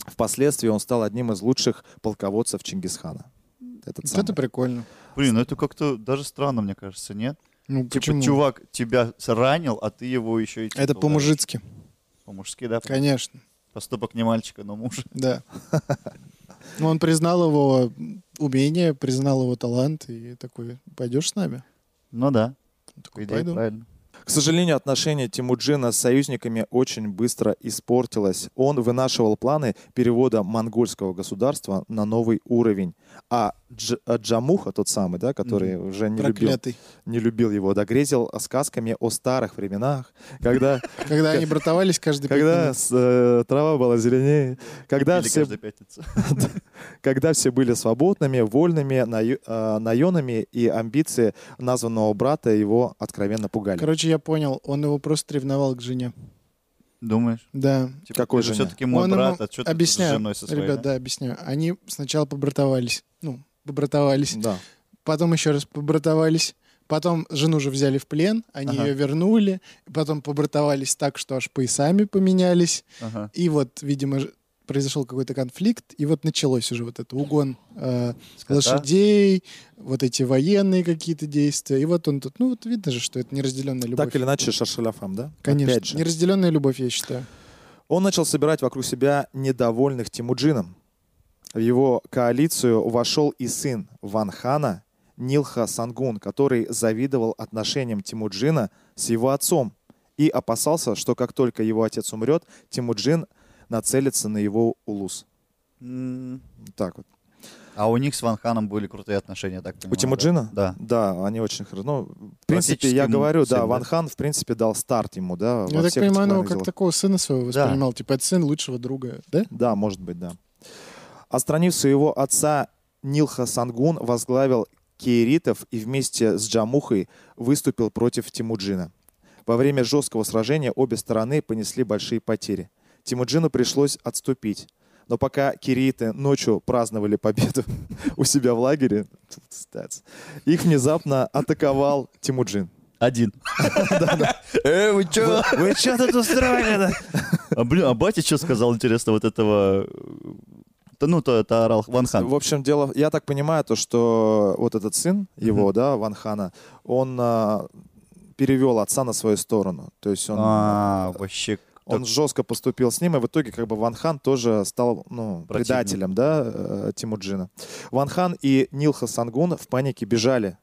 [SPEAKER 2] Впоследствии он стал одним из лучших полководцев Чингисхана. Этот
[SPEAKER 4] Вот
[SPEAKER 2] самый.
[SPEAKER 4] это прикольно.
[SPEAKER 3] Блин, ну это как-то даже странно, мне кажется, нет?
[SPEAKER 4] Ну, почему?
[SPEAKER 3] Типа, чувак тебя ранил, а ты его еще и...
[SPEAKER 4] Это
[SPEAKER 2] Ну,
[SPEAKER 3] титул
[SPEAKER 4] по-мужицки,
[SPEAKER 3] даешь. По-мужски, да.
[SPEAKER 4] конечно,
[SPEAKER 3] Поступок не мальчика, но мужа.
[SPEAKER 4] да. Ну, он признал его умение, признал его талант и такой, пойдешь с нами?
[SPEAKER 3] Ну да,
[SPEAKER 4] Он
[SPEAKER 3] по
[SPEAKER 4] такой,
[SPEAKER 3] идее,
[SPEAKER 4] пойду.
[SPEAKER 3] правильно.
[SPEAKER 2] К сожалению, отношение Тимуджина с союзниками очень быстро испортилось. Он вынашивал планы перевода монгольского государства на новый уровень. А Дж- а Джамуха, тот самый, да, который уже не любил,
[SPEAKER 4] Проклятый.
[SPEAKER 2] не любил его, да, грезил сказками о старых временах, когда,
[SPEAKER 4] Когда они братовались каждый пять
[SPEAKER 2] когда
[SPEAKER 4] минут.
[SPEAKER 2] с- э, трава была зеленее, когда
[SPEAKER 3] Или
[SPEAKER 2] все
[SPEAKER 3] каждую пятницу.
[SPEAKER 2] когда все были свободными, вольными, наю- э, наенами, и амбиции названного брата его откровенно пугали.
[SPEAKER 4] Короче, я понял, он его просто ревновал к жене.
[SPEAKER 3] Думаешь?
[SPEAKER 4] Да.
[SPEAKER 3] Типа,
[SPEAKER 2] Какой
[SPEAKER 3] ты же
[SPEAKER 2] жене?
[SPEAKER 3] все-таки мой
[SPEAKER 4] Ну, Он
[SPEAKER 3] брат,
[SPEAKER 4] ему-
[SPEAKER 3] а что ты тут с
[SPEAKER 4] объясняю,
[SPEAKER 3] женой со своей? а?
[SPEAKER 4] Ребят,
[SPEAKER 3] да?
[SPEAKER 4] да, объясняю. Они сначала побратовались. Ну, побратовались.
[SPEAKER 2] Да.
[SPEAKER 4] Потом еще раз побратовались. Потом жену же взяли в плен, они
[SPEAKER 3] Ага.
[SPEAKER 4] ее вернули. Потом побратовались так, что аж поясами поменялись.
[SPEAKER 3] Ага.
[SPEAKER 4] И вот, видимо, ж- произошел какой-то конфликт. И вот началось уже вот это угон э,
[SPEAKER 3] Скота?
[SPEAKER 4] лошадей, вот эти военные какие-то действия. И вот он тут, ну вот видно же, что это неразделенная любовь.
[SPEAKER 2] Так или иначе, шаршаляфам, да? Опять
[SPEAKER 4] Конечно,
[SPEAKER 2] же.
[SPEAKER 4] неразделенная любовь, я считаю.
[SPEAKER 2] Он начал собирать вокруг себя недовольных Тимуджином. В его коалицию вошел и сын Ван Хана, Нилха Сангун, который завидовал отношениям Тимуджина с его отцом и опасался, что как только его отец умрет, Тимуджин нацелится на его улус.
[SPEAKER 3] М.
[SPEAKER 2] Вот Так вот.
[SPEAKER 3] А у них с Ван Ханом были крутые отношения, так понимаю.
[SPEAKER 2] У Тимуджина?
[SPEAKER 3] Да.
[SPEAKER 2] Да, они очень хорошо. Ну, в принципе, я
[SPEAKER 3] Практически
[SPEAKER 2] говорю,
[SPEAKER 3] всем,
[SPEAKER 2] да,
[SPEAKER 3] да.
[SPEAKER 2] Ван Хан, в принципе, дал старт ему, да, во
[SPEAKER 4] я так
[SPEAKER 2] всех
[SPEAKER 4] понимаю,
[SPEAKER 2] этих
[SPEAKER 4] ну, он его
[SPEAKER 2] военных
[SPEAKER 4] как
[SPEAKER 2] делах.
[SPEAKER 4] такого сына своего
[SPEAKER 3] Да.
[SPEAKER 4] воспринимал. Типа, это сын лучшего друга, да?
[SPEAKER 2] Да, может быть, да. А страницу его отца Нилха Сангун возглавил Кейритов и вместе с Джамухой выступил против Тимуджина. Во время жесткого сражения обе стороны понесли большие потери. Тимуджину пришлось отступить. Но пока кириты ночью праздновали победу у себя в лагере, их внезапно атаковал Тимуджин.
[SPEAKER 3] Один. Э, вы чё?
[SPEAKER 2] Вы что тут устроили?
[SPEAKER 3] А, блин, а батя что сказал, интересно, вот этого... э, та- Ну, то это орал Ван Хан.
[SPEAKER 2] А, В общем, дело, я так понимаю, то, что вот этот сын его, да, Ван Хана, он а, перевел отца на свою сторону. То есть он...
[SPEAKER 3] А, вообще
[SPEAKER 2] Он жестко поступил с ним, и в итоге как бы Ван Хан тоже стал ну, предателем да, э, Тимуджина. Ван Хан и Нилха Сангун в панике бежали,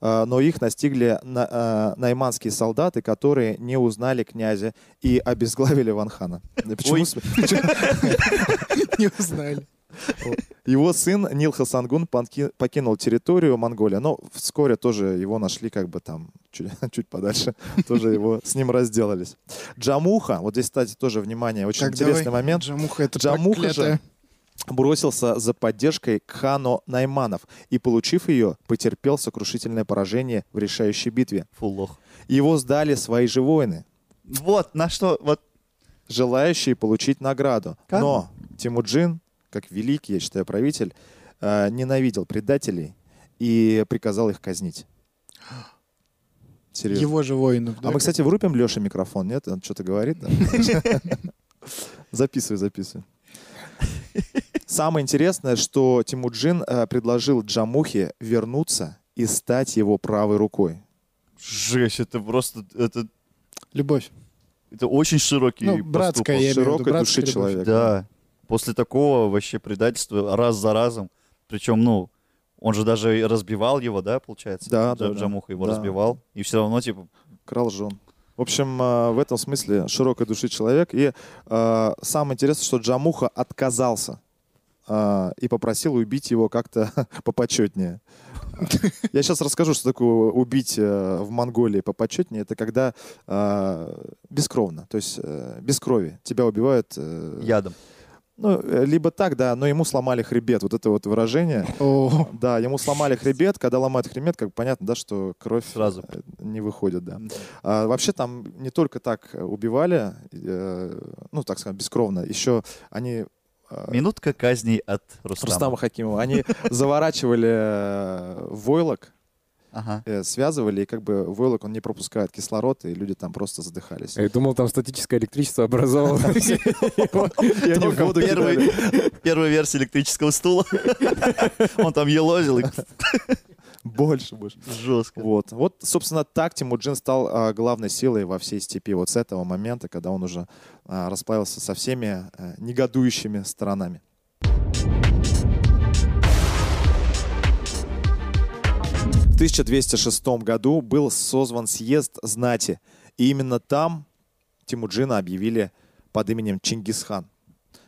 [SPEAKER 2] э, но их настигли на, э, найманские солдаты, которые не узнали князя и обезглавили Ван Хана. Да Почему?
[SPEAKER 3] Ой.
[SPEAKER 2] см- почему-
[SPEAKER 4] Не узнали.
[SPEAKER 2] Его сын Нилха Сангун панки- покинул территорию Монголия, но вскоре тоже его нашли как бы там чуть, чуть подальше, тоже его с ним разделались. Джамуха, вот здесь, кстати, тоже внимание, очень
[SPEAKER 4] Так,
[SPEAKER 2] интересный
[SPEAKER 4] давай.
[SPEAKER 2] момент,
[SPEAKER 4] Джамуха это
[SPEAKER 2] Джамуха
[SPEAKER 4] проклятая.
[SPEAKER 2] же бросился за поддержкой к хану Найманов и, получив ее, потерпел сокрушительное поражение в решающей битве.
[SPEAKER 3] Фу, лох.
[SPEAKER 2] Его сдали свои же воины,
[SPEAKER 3] Вот, на что, вот,
[SPEAKER 2] желающие получить награду.
[SPEAKER 3] Как?
[SPEAKER 2] Но Тимуджин, как великий, я считаю, правитель, э, ненавидел предателей и приказал их казнить. Серьезно.
[SPEAKER 4] Его же воинов.
[SPEAKER 2] А
[SPEAKER 4] да?
[SPEAKER 2] мы, кстати, врубим Леше микрофон, нет? Он что-то говорит. да? Записывай, записывай. Самое интересное, что Тимуджин э, предложил Джамухе вернуться и стать его правой рукой.
[SPEAKER 3] жесть, это просто, это,
[SPEAKER 4] Любовь.
[SPEAKER 3] это очень широкий
[SPEAKER 4] Ну, братская, я
[SPEAKER 3] поступок.
[SPEAKER 4] имею в виду,
[SPEAKER 2] Широкой
[SPEAKER 4] братская
[SPEAKER 2] души
[SPEAKER 4] любовь.
[SPEAKER 2] человек.
[SPEAKER 3] Да, после такого вообще предательства раз за разом, причем, ну, он же даже и разбивал его, да, получается?
[SPEAKER 2] Да,
[SPEAKER 3] Джа-
[SPEAKER 2] да, да.
[SPEAKER 3] Джамуха его
[SPEAKER 2] Да.
[SPEAKER 3] разбивал, и все равно, типа,
[SPEAKER 2] Крал жен. В общем, э, в этом смысле широкой души человек. И э, самое интересное, что Джамуха отказался э, и попросил убить его как-то попочетнее. Я сейчас расскажу, что такое убить э, в Монголии попочетнее. Это когда э, бескровно, то есть э, без крови. Тебя убивают. э,
[SPEAKER 3] ядом.
[SPEAKER 2] Ну, э, либо так, да, но ему сломали хребет. Вот это вот выражение.
[SPEAKER 4] О,
[SPEAKER 2] Да, ему сломали хребет. Когда ломают хребет, как бы понятно, да, что кровь
[SPEAKER 3] Сразу.
[SPEAKER 2] э, не выходит, да. А, вообще там не только так э, убивали, э, ну, так сказать, бескровно. Еще они... э,
[SPEAKER 3] Минутка казни от Рустама.
[SPEAKER 2] Рустама Хакимова. Они заворачивали э, войлок,
[SPEAKER 3] Ага.
[SPEAKER 2] э, связывали, и как бы войлок, он не пропускает кислород, и люди там просто задыхались.
[SPEAKER 5] Я думал, там статическое электричество образовалось. И они в
[SPEAKER 2] Только
[SPEAKER 5] воду
[SPEAKER 3] первый.
[SPEAKER 5] кидали.
[SPEAKER 3] Первая версия электрического стула. Он там елозил и
[SPEAKER 2] Больше, больше.
[SPEAKER 3] жестко.
[SPEAKER 2] Вот. Вот, собственно, так Тимуджин стал а, главной силой во всей степи. Вот с этого момента, когда он уже а, расправился со всеми а, негодующими сторонами. В 1206 году был созван съезд знати. И именно там Тимуджина объявили под именем Чингисхан.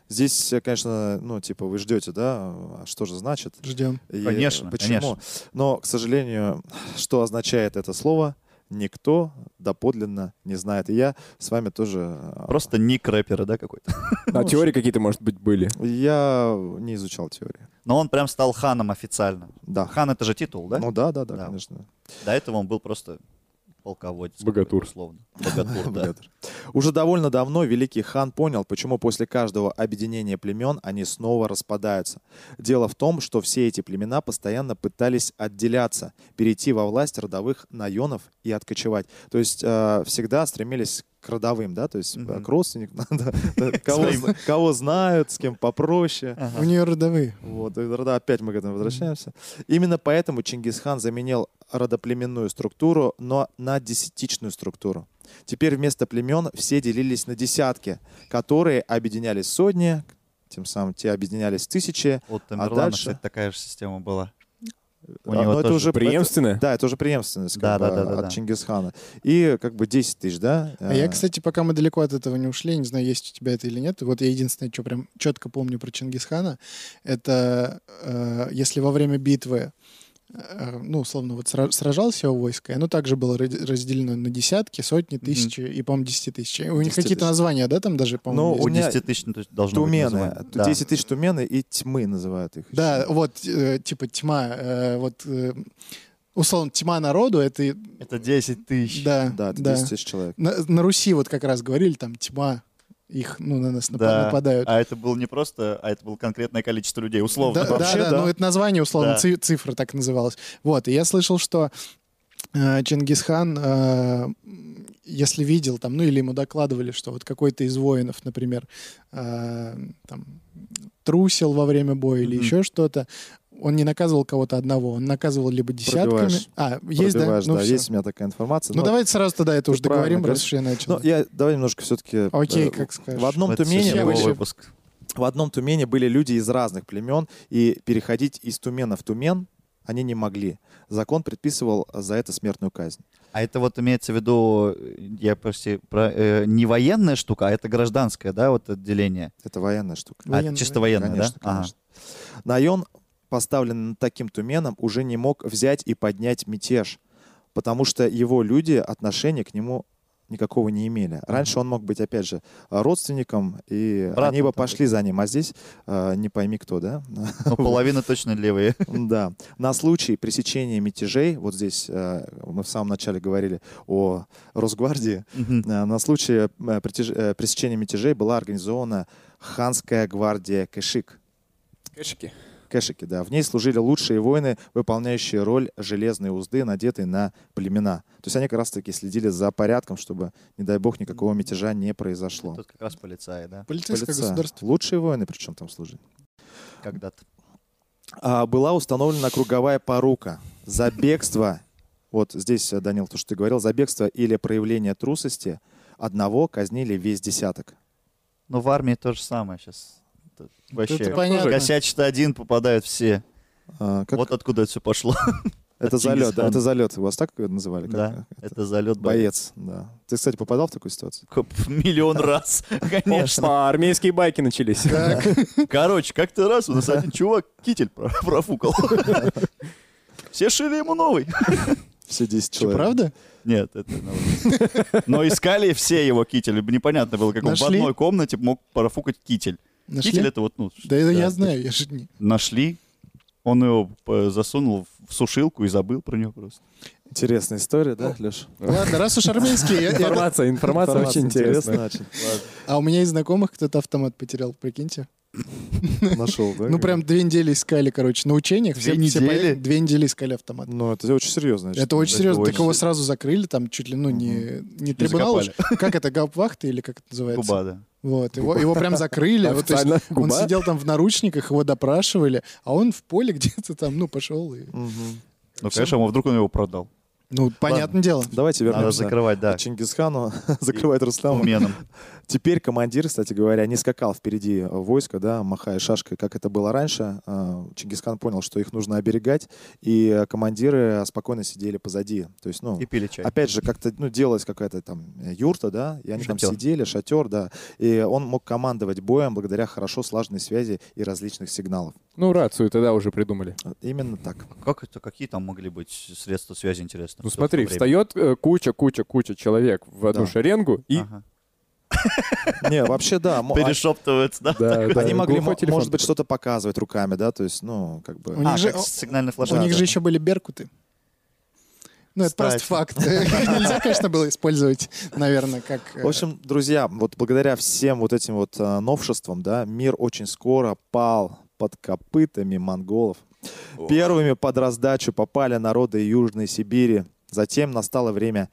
[SPEAKER 2] Здесь, э, конечно, ну, типа, вы ждете, да, а что же значит?
[SPEAKER 4] ждем.
[SPEAKER 2] И
[SPEAKER 3] Конечно,
[SPEAKER 2] Почему?
[SPEAKER 3] конечно.
[SPEAKER 2] Но, к сожалению, что означает это слово, никто доподлинно не знает. И я с вами тоже... э,
[SPEAKER 3] Просто ник рэпера, да, какой-то.
[SPEAKER 5] А теории какие-то, может быть, были.
[SPEAKER 2] Я не изучал теорию.
[SPEAKER 3] Но он прям стал ханом официально.
[SPEAKER 2] Да.
[SPEAKER 3] Хан — это же титул, да?
[SPEAKER 2] Ну да, да, да,
[SPEAKER 3] Да.
[SPEAKER 2] конечно.
[SPEAKER 3] До этого он был просто полководец.
[SPEAKER 5] Богатур.
[SPEAKER 3] Условно. Богатур, да.
[SPEAKER 2] Богатырь. Уже довольно давно великий хан понял, почему после каждого объединения племен они снова распадаются. Дело в том, что все эти племена постоянно пытались отделяться, перейти во власть родовых наенов и откочевать. То есть э, всегда стремились к родовым, да, то есть э,
[SPEAKER 3] Мгм.
[SPEAKER 2] к родственникам, да, да, кого,
[SPEAKER 3] Своим.
[SPEAKER 2] зна- кого знают, с кем попроще.
[SPEAKER 3] Ага.
[SPEAKER 4] У нее родовые.
[SPEAKER 2] Вот, и да, опять мы к этому возвращаемся. Именно поэтому Чингисхан заменил родоплеменную структуру, но на десятичную структуру. Теперь вместо племен все делились на десятки, которые объединялись в сотни, тем самым те объединялись в тысячи.
[SPEAKER 3] Вот
[SPEAKER 2] А
[SPEAKER 3] Тамерлана,
[SPEAKER 2] дальше?
[SPEAKER 3] кстати, такая же система была. У
[SPEAKER 2] А,
[SPEAKER 3] него
[SPEAKER 2] но это
[SPEAKER 3] тоже
[SPEAKER 2] уже
[SPEAKER 5] Преемственное?
[SPEAKER 2] Да, это уже преемственность как
[SPEAKER 3] Да,
[SPEAKER 2] бы,
[SPEAKER 3] да, да, да,
[SPEAKER 2] от
[SPEAKER 3] да.
[SPEAKER 2] Чингисхана. И как бы 10 тысяч, да?
[SPEAKER 4] А я, кстати, пока мы далеко от этого не ушли, не знаю, есть у тебя это или нет. Вот я единственное, что прям четко помню про Чингисхана, это э, если во время битвы, э, ну, условно, вот сра- сражалось его войско, и оно также было ради- разделено на десятки, сотни, тысячи и, по-моему, десяти тысяч. И У них
[SPEAKER 2] 10
[SPEAKER 4] какие-то
[SPEAKER 2] тысяч.
[SPEAKER 4] названия, да, там даже,
[SPEAKER 2] Ну,
[SPEAKER 4] по-моему, есть?
[SPEAKER 2] у
[SPEAKER 3] У
[SPEAKER 2] меня
[SPEAKER 3] 10 тысяч ну, то есть должно быть
[SPEAKER 2] Э, Тумены.
[SPEAKER 3] название. Да.
[SPEAKER 2] 10 тысяч тумены и тьмы называют их.
[SPEAKER 4] Да,
[SPEAKER 2] еще.
[SPEAKER 4] вот, э, типа, тьма, э, вот, э, условно, тьма народу, это, и-
[SPEAKER 3] Это 10 тысяч.
[SPEAKER 4] да,
[SPEAKER 2] Да, это
[SPEAKER 4] да.
[SPEAKER 2] 10 тысяч человек.
[SPEAKER 4] На, на Руси вот как раз говорили, там, тьма, их, ну, на нас напа-
[SPEAKER 3] Да.
[SPEAKER 4] нападают.
[SPEAKER 3] А это было не просто, а это было конкретное количество людей, условно.
[SPEAKER 4] Да, да,
[SPEAKER 2] Вообще,
[SPEAKER 4] да,
[SPEAKER 2] да.
[SPEAKER 4] ну это название условно,
[SPEAKER 3] Да.
[SPEAKER 4] ци- цифра так называлась. Вот, и я слышал, что э, Чингисхан, э, если видел там, ну или ему докладывали, что вот какой-то из воинов, например, э, там трусил во время боя или
[SPEAKER 3] Мгм.
[SPEAKER 4] еще что-то, он не наказывал кого-то одного, он наказывал либо десятками.
[SPEAKER 2] Пробиваешь.
[SPEAKER 4] А, есть, да?
[SPEAKER 2] Пробиваешь,
[SPEAKER 4] Ну, всё.
[SPEAKER 2] есть у меня такая информация.
[SPEAKER 4] Ну,
[SPEAKER 2] но-
[SPEAKER 4] давайте сразу тогда это уже
[SPEAKER 2] правильно
[SPEAKER 4] договорим, раз
[SPEAKER 2] говоришь.
[SPEAKER 4] уж я начал. А,
[SPEAKER 2] но Ну, я давай немножко все-таки.
[SPEAKER 4] Окей, как скажешь.
[SPEAKER 2] В одном
[SPEAKER 3] Это
[SPEAKER 2] Тумене
[SPEAKER 3] его
[SPEAKER 4] вообще-
[SPEAKER 3] выпуск.
[SPEAKER 2] В одном тумене были люди из разных племен, и переходить из тумена в тумен они не могли. Закон предписывал за это смертную казнь.
[SPEAKER 3] А это вот имеется в виду, э, я прости, про, э, не военная штука, а это гражданское, да, вот отделение?
[SPEAKER 2] Это военная штука.
[SPEAKER 3] А,
[SPEAKER 4] Военное.
[SPEAKER 3] чисто военное,
[SPEAKER 2] конечно,
[SPEAKER 3] да? Ага.
[SPEAKER 2] конечно. Наён, поставленный над таким туменом, уже не мог взять и поднять мятеж, потому что его люди отношения к нему никакого не имели. Раньше он мог быть, опять же, родственником, и
[SPEAKER 3] Братом
[SPEAKER 2] они бы
[SPEAKER 3] такой.
[SPEAKER 2] пошли за ним, а здесь э, не пойми кто, да?
[SPEAKER 3] Ну, половина точно левые.
[SPEAKER 2] Да. На случай пресечения мятежей, вот здесь э, мы в самом начале говорили о Росгвардии,
[SPEAKER 3] Мгм.
[SPEAKER 2] Э, на случай э, притяж- э, пресечения мятежей была организована ханская гвардия Кэшик.
[SPEAKER 5] Кэшики.
[SPEAKER 2] Кэшики, да. В ней служили лучшие воины, выполняющие роль железной узды, надетой на племена. То есть они как раз-таки следили за порядком, чтобы, не дай бог, никакого мятежа не произошло.
[SPEAKER 3] Тут как раз полицаи, да,
[SPEAKER 4] Полицейское
[SPEAKER 2] Полица.
[SPEAKER 4] государство.
[SPEAKER 2] Лучшие воины причем там служили.
[SPEAKER 3] когда-то.
[SPEAKER 2] А, была установлена круговая порука за бегство. Вот здесь, э, Данил, то, что ты говорил, за бегство или проявление трусости одного казнили весь десяток.
[SPEAKER 3] Ну, в армии то же самое сейчас. Тут
[SPEAKER 4] Это
[SPEAKER 3] Вообще,
[SPEAKER 4] понятно.
[SPEAKER 3] косячат один, попадают все.
[SPEAKER 2] А, как-
[SPEAKER 3] Вот откуда это все пошло.
[SPEAKER 2] это
[SPEAKER 3] от
[SPEAKER 2] залет, да,
[SPEAKER 3] Чингисхана.
[SPEAKER 2] это залет. Вас так называли? Как-
[SPEAKER 3] Да,
[SPEAKER 2] как-
[SPEAKER 3] это залет
[SPEAKER 2] Боец,
[SPEAKER 3] боец.
[SPEAKER 2] да. Ты, кстати, попадал в такую ситуацию?
[SPEAKER 3] Коп- Миллион раз, конечно.
[SPEAKER 5] Опа, армейские байки начались.
[SPEAKER 3] Короче, как-то раз у нас один чувак китель про- профукал. Все шили ему новый.
[SPEAKER 2] Все 10
[SPEAKER 4] Что,
[SPEAKER 2] человек.
[SPEAKER 4] правда?
[SPEAKER 3] Нет, это на улице. Но искали все его кители. Непонятно было, как он в
[SPEAKER 4] Нашли?
[SPEAKER 3] одной комнате мог профукать китель. Китель
[SPEAKER 4] Нашли?
[SPEAKER 3] это вот, ну... ш-
[SPEAKER 4] Да это
[SPEAKER 3] да.
[SPEAKER 4] я знаю, я же не...
[SPEAKER 3] Нашли. Он его э, засунул в сушилку и забыл про него просто.
[SPEAKER 2] Интересная история, да, Леш?
[SPEAKER 4] Ладно, раз уж армейский, я- я-
[SPEAKER 5] Информация, информация очень интересная.
[SPEAKER 4] а у меня из знакомых кто-то автомат потерял, прикиньте.
[SPEAKER 2] Нашел, да?
[SPEAKER 4] Ну, прям две недели искали, короче, на учениях. все-
[SPEAKER 3] Две
[SPEAKER 4] все
[SPEAKER 3] недели?
[SPEAKER 4] поехали, Две недели искали автомат.
[SPEAKER 2] Ну, это очень серьезно. значит.
[SPEAKER 4] Это очень серьезно.
[SPEAKER 3] очень
[SPEAKER 4] Так его сразу закрыли, там чуть ли, ну, не, не трибунал. уж. Как это, гауптвахта или как это называется?
[SPEAKER 3] Губа, да.
[SPEAKER 4] Вот, его, его прям закрыли. Вот, то есть
[SPEAKER 5] Официально
[SPEAKER 4] он
[SPEAKER 5] губа?
[SPEAKER 4] сидел там в наручниках, его допрашивали, а он в поле где-то там, ну, пошел. И...
[SPEAKER 2] Мгм.
[SPEAKER 3] Ну, конечно, а вдруг он его продал.
[SPEAKER 4] Ну, понятное дело.
[SPEAKER 2] Давайте
[SPEAKER 3] Надо
[SPEAKER 2] вернемся
[SPEAKER 3] закрывать, да.
[SPEAKER 2] к Чингисхану. Закрывает Рустам.
[SPEAKER 3] Уменом.
[SPEAKER 2] Теперь командир, кстати говоря, не скакал впереди э, войска, да, махая шашкой, как это было раньше. Э, Чингисхан понял, что их нужно оберегать, и э, командиры спокойно сидели позади. То есть, ну,
[SPEAKER 3] И пили чай.
[SPEAKER 2] опять же, как-то, ну, делалась какая-то там э, юрта, да, и они там
[SPEAKER 3] Шатер.
[SPEAKER 2] сидели, шатер, да, и он мог командовать боем благодаря хорошо слаженной связи и различных сигналов.
[SPEAKER 6] Ну, рацию тогда уже придумали.
[SPEAKER 2] Вот Именно так.
[SPEAKER 3] Как это, какие там могли быть средства связи, интересно? в то- в
[SPEAKER 6] Ну
[SPEAKER 3] то
[SPEAKER 6] смотри,
[SPEAKER 3] время?
[SPEAKER 6] встает
[SPEAKER 5] э,
[SPEAKER 6] куча-куча-куча человек в одну
[SPEAKER 2] Да.
[SPEAKER 6] шеренгу и...
[SPEAKER 3] Ага.
[SPEAKER 2] Не, вообще, да, мо- а
[SPEAKER 3] Перешептывается, да?
[SPEAKER 6] Да, да,
[SPEAKER 2] они могли,
[SPEAKER 6] глухой
[SPEAKER 2] мо-
[SPEAKER 6] телефон.
[SPEAKER 2] может быть, что-то показывать руками, да, то есть, ну, как бы...
[SPEAKER 4] У них
[SPEAKER 3] А,
[SPEAKER 4] же-
[SPEAKER 3] как сигнальный флажок.
[SPEAKER 4] У них
[SPEAKER 3] да.
[SPEAKER 4] же еще были беркуты. Ну, это просто
[SPEAKER 3] Кстати.
[SPEAKER 4] факт. Нельзя, конечно, было использовать, наверное, как... э,
[SPEAKER 2] В общем, друзья, вот благодаря всем вот этим вот э, новшествам, да, мир очень скоро пал под копытами монголов. Первыми под раздачу попали народы Южной Сибири. Затем настало время,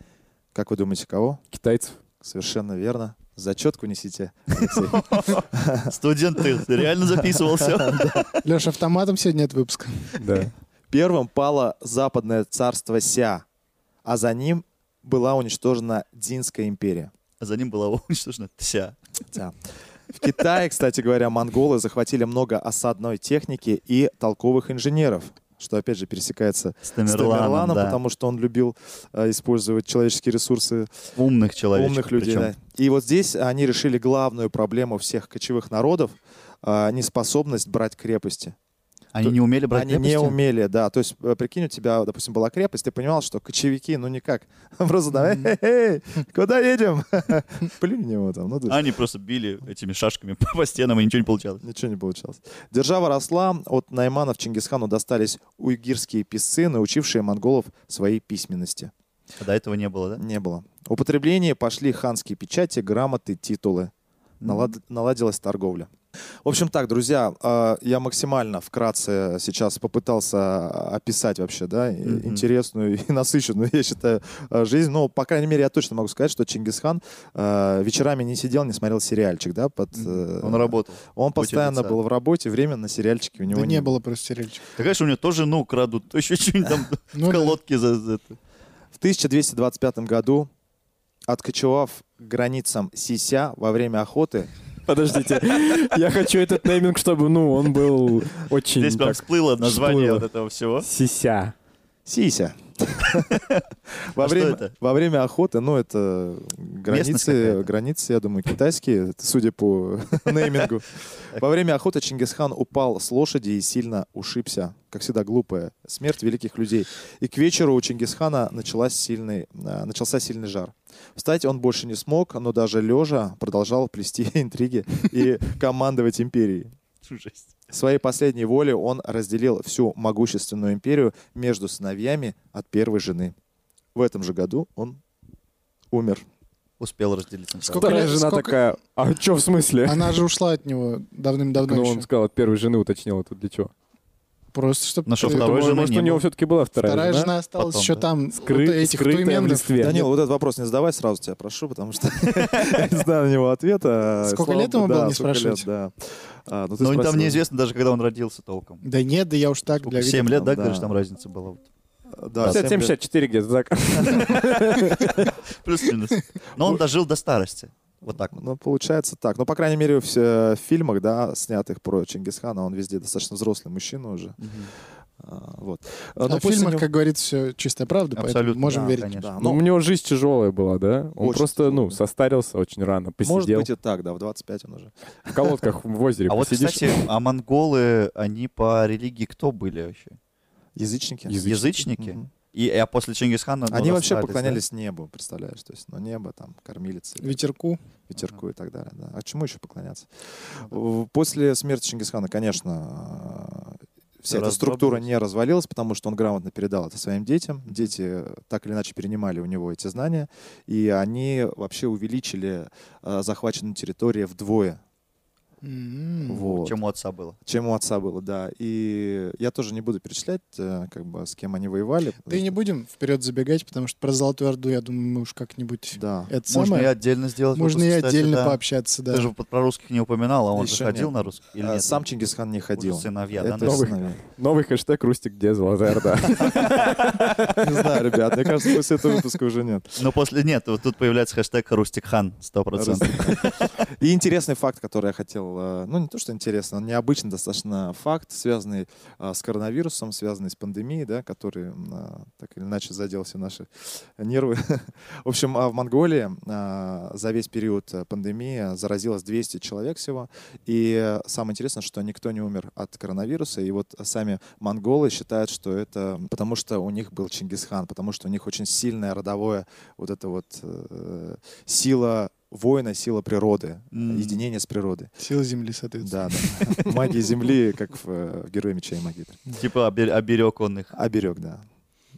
[SPEAKER 2] как вы думаете, кого?
[SPEAKER 6] китайцев.
[SPEAKER 2] Совершенно верно. Зачетку несите. Алексей.
[SPEAKER 3] Студент, ты реально записывался?
[SPEAKER 4] Леша, э, автоматом сегодня нет выпуска.
[SPEAKER 6] Да.
[SPEAKER 2] Первым пало западное царство Ся, а за ним была уничтожена Динская империя.
[SPEAKER 3] А за ним была уничтожена вся.
[SPEAKER 2] Да. В Китае, кстати говоря, монголы захватили много осадной техники и толковых инженеров, что опять же пересекается
[SPEAKER 3] С
[SPEAKER 2] с Тамерланом,
[SPEAKER 3] Тамерланом, да.
[SPEAKER 2] потому что он любил э, использовать человеческие ресурсы
[SPEAKER 3] Умных человек.
[SPEAKER 2] умных людей. да. И вот здесь они решили главную проблему всех кочевых народов э, неспособность брать крепости.
[SPEAKER 3] Они не умели брать
[SPEAKER 2] Они
[SPEAKER 3] крепости?
[SPEAKER 2] не умели, да. То есть, э, прикинь, у тебя, допустим, была крепость, ты понимал, что кочевики, ну никак. Просто давай, «Эй, куда едем? Плюнь на него там. Ну, то есть-
[SPEAKER 3] Они просто били этими шашками по по стенам, и ничего не получалось.
[SPEAKER 2] Ничего не получалось. Держава росла, от найманов Чингисхану достались уйгирские писцы, научившие монголов своей письменности.
[SPEAKER 3] А до этого не было, да?
[SPEAKER 2] Не было. Ну, Употребление пошли ханские печати, грамоты, титулы. Налад- Наладилась торговля. В общем так, друзья, э, я максимально вкратце сейчас попытался описать вообще, да, и-
[SPEAKER 3] Мгм.
[SPEAKER 2] интересную и насыщенную, я считаю, э, жизнь. Но, по крайней мере, я точно могу сказать, что Чингисхан э, вечерами не сидел, не смотрел сериальчик, да, под... э,
[SPEAKER 3] Он работал.
[SPEAKER 2] Он постоянно
[SPEAKER 3] лица.
[SPEAKER 2] был в работе, время на сериальчики у него
[SPEAKER 4] Да не было просто сериальчика.
[SPEAKER 3] Да, конечно, у него тоже, ну, крадут. То еще что-нибудь там в
[SPEAKER 4] Ну да.
[SPEAKER 3] колодке за за это.
[SPEAKER 2] В 1225 году, откочевав к границам Сися во время охоты,
[SPEAKER 5] Подождите, я хочу этот нейминг, чтобы, ну, он был очень
[SPEAKER 3] Здесь прям
[SPEAKER 5] так,
[SPEAKER 3] всплыло название
[SPEAKER 5] всплыло.
[SPEAKER 3] вот этого всего.
[SPEAKER 5] сися.
[SPEAKER 2] Сися. Во
[SPEAKER 3] А что
[SPEAKER 2] время,
[SPEAKER 3] это?
[SPEAKER 2] во время охоты, ну, это границы,
[SPEAKER 3] какая-то.
[SPEAKER 2] границы, я думаю, китайские, это судя по неймингу. Во время охоты Чингисхан упал с лошади и сильно ушибся. Как всегда, глупая смерть великих людей. И к вечеру у Чингисхана началась сильный, э, начался сильный жар. Встать он больше не смог, но даже лежа продолжал плести интриги и командовать империей.
[SPEAKER 3] Жесть.
[SPEAKER 2] Своей последней волей он разделил всю могущественную империю между сыновьями от первой жены. В этом же году он умер.
[SPEAKER 3] Успел разделиться. на
[SPEAKER 4] Сколько-
[SPEAKER 3] кого.
[SPEAKER 6] Вторая
[SPEAKER 4] лет-
[SPEAKER 6] жена
[SPEAKER 4] сколько-
[SPEAKER 6] такая, а что в смысле?
[SPEAKER 4] Она же ушла от него давным-давно
[SPEAKER 6] Ну,
[SPEAKER 4] еще.
[SPEAKER 6] он сказал, от первой жены уточнил, это для чего.
[SPEAKER 4] Просто чтобы...
[SPEAKER 3] Ну что,
[SPEAKER 4] ты-
[SPEAKER 3] второй
[SPEAKER 6] Может,
[SPEAKER 3] жены
[SPEAKER 6] может,
[SPEAKER 3] не
[SPEAKER 6] у него
[SPEAKER 3] было.
[SPEAKER 6] все-таки была вторая,
[SPEAKER 4] Вторая
[SPEAKER 6] жена?
[SPEAKER 4] жена осталась
[SPEAKER 3] Потом,
[SPEAKER 4] еще
[SPEAKER 3] да.
[SPEAKER 4] там.
[SPEAKER 5] Скры-
[SPEAKER 4] вот этих
[SPEAKER 5] скрытая в
[SPEAKER 4] туйменов.
[SPEAKER 5] листве.
[SPEAKER 2] Данил, вот этот вопрос не задавай сразу, тебя прошу, потому что я не знаю на него ответа.
[SPEAKER 4] Сколько
[SPEAKER 2] Слава
[SPEAKER 4] лет ему
[SPEAKER 2] богу,
[SPEAKER 4] было,
[SPEAKER 2] да,
[SPEAKER 4] не
[SPEAKER 2] сколько лет,
[SPEAKER 4] спрашивать?
[SPEAKER 2] Да. А, ну ты
[SPEAKER 3] Но
[SPEAKER 2] спросил.
[SPEAKER 3] там неизвестно даже, когда он родился толком.
[SPEAKER 4] Да нет, да я уж так для
[SPEAKER 3] Сколько,
[SPEAKER 4] вида.
[SPEAKER 3] Семь лет, да,
[SPEAKER 2] да.
[SPEAKER 3] говоришь, там разница была? Вот.
[SPEAKER 2] Да, семь
[SPEAKER 6] 57,
[SPEAKER 2] лет.
[SPEAKER 6] 64 где-то так.
[SPEAKER 3] Плюс-минус. Но он дожил до старости. Вот так вот.
[SPEAKER 2] Ну, получается так. Ну, по крайней мере, в э, в фильмах, да, снятых про Чингисхана, он везде достаточно взрослый мужчина уже. А, вот.
[SPEAKER 4] А
[SPEAKER 2] Ну,
[SPEAKER 4] в
[SPEAKER 2] пусть у
[SPEAKER 4] фильмах,
[SPEAKER 2] него-
[SPEAKER 4] как говорится, все чистая правда, поэтому
[SPEAKER 3] Абсолютно,
[SPEAKER 4] можем
[SPEAKER 3] да,
[SPEAKER 4] верить.
[SPEAKER 3] конечно.
[SPEAKER 2] Да,
[SPEAKER 6] Ну,
[SPEAKER 2] ну,
[SPEAKER 6] у него жизнь тяжелая была, да? Он
[SPEAKER 2] Очень
[SPEAKER 6] просто, ну,
[SPEAKER 2] тяжелая.
[SPEAKER 6] состарился очень рано, посидел.
[SPEAKER 2] может быть и так, да, в 25 он уже.
[SPEAKER 6] В колодках в озере
[SPEAKER 3] А вот,
[SPEAKER 6] посидишь.
[SPEAKER 3] кстати, а монголы, они по религии кто были вообще?
[SPEAKER 2] Язычники.
[SPEAKER 3] Язычники?
[SPEAKER 2] Мгм.
[SPEAKER 3] И, а после Чингисхана... ну,
[SPEAKER 2] Они вообще
[SPEAKER 3] расстались, да?
[SPEAKER 2] поклонялись небу, представляешь? То есть, ну, небо, там, кормилицы,
[SPEAKER 4] Ветерку.
[SPEAKER 2] ветерку и так далее. да. А чему еще поклоняться? В- После смерти Чингисхана, конечно, э, вся эта
[SPEAKER 3] Раздробилась.
[SPEAKER 2] структура не развалилась, потому что он грамотно передал это своим детям. Дети э, так или иначе перенимали у него эти знания, и они вообще увеличили э, захваченную территорию вдвое.
[SPEAKER 4] М.
[SPEAKER 2] Вот.
[SPEAKER 3] Чем у отца было.
[SPEAKER 2] Чем у отца было, да. И я тоже не буду перечислять, э, как бы, с кем они воевали.
[SPEAKER 4] Да и не будем вперед забегать, потому что про Золотую Орду, я думаю, мы уж как-нибудь...
[SPEAKER 2] Да.
[SPEAKER 4] Это
[SPEAKER 3] Можно и
[SPEAKER 4] самое.
[SPEAKER 3] отдельно сделать
[SPEAKER 4] Можно и
[SPEAKER 3] выпуск, кстати,
[SPEAKER 4] отдельно
[SPEAKER 3] да.
[SPEAKER 4] пообщаться, да.
[SPEAKER 3] Ты же вот про русских не упоминал, а он
[SPEAKER 2] Еще
[SPEAKER 3] же ходил
[SPEAKER 2] нет.
[SPEAKER 3] на русских? Или
[SPEAKER 2] А
[SPEAKER 3] нет?
[SPEAKER 2] Сам Чингисхан не ходил.
[SPEAKER 3] Уже сыновья,
[SPEAKER 2] Это
[SPEAKER 3] да? наверное?
[SPEAKER 2] сыновья.
[SPEAKER 6] Новый хэштег «Рустик, где золотая орда?»
[SPEAKER 2] Не знаю, ребят, мне кажется, после этого выпуска уже нет.
[SPEAKER 3] Но Ну, после нет, вот тут появляется хэштег Рустикхан 100%.
[SPEAKER 2] И интересный факт, который я хотел, э, ну не то что интересный, он необычный достаточно факт, связанный э, с коронавирусом, связанный с пандемией, да, который м, э, так или иначе задел все наши нервы. В общем, а в Монголии э, за весь период э, пандемии заразилось 200 человек всего, и э, самое интересное, что никто не умер от коронавируса, и вот сами монголы считают, что это потому, что у них был Чингисхан, потому что у них очень сильное родовое вот это вот э, сила воина, сила природы,
[SPEAKER 3] М.
[SPEAKER 2] единение с природой.
[SPEAKER 4] Сила земли, соответственно.
[SPEAKER 2] Да, да. Магия земли, как в, э, в «Герое меча и магии».
[SPEAKER 3] Типа обе- оберег он их.
[SPEAKER 2] Оберег, да.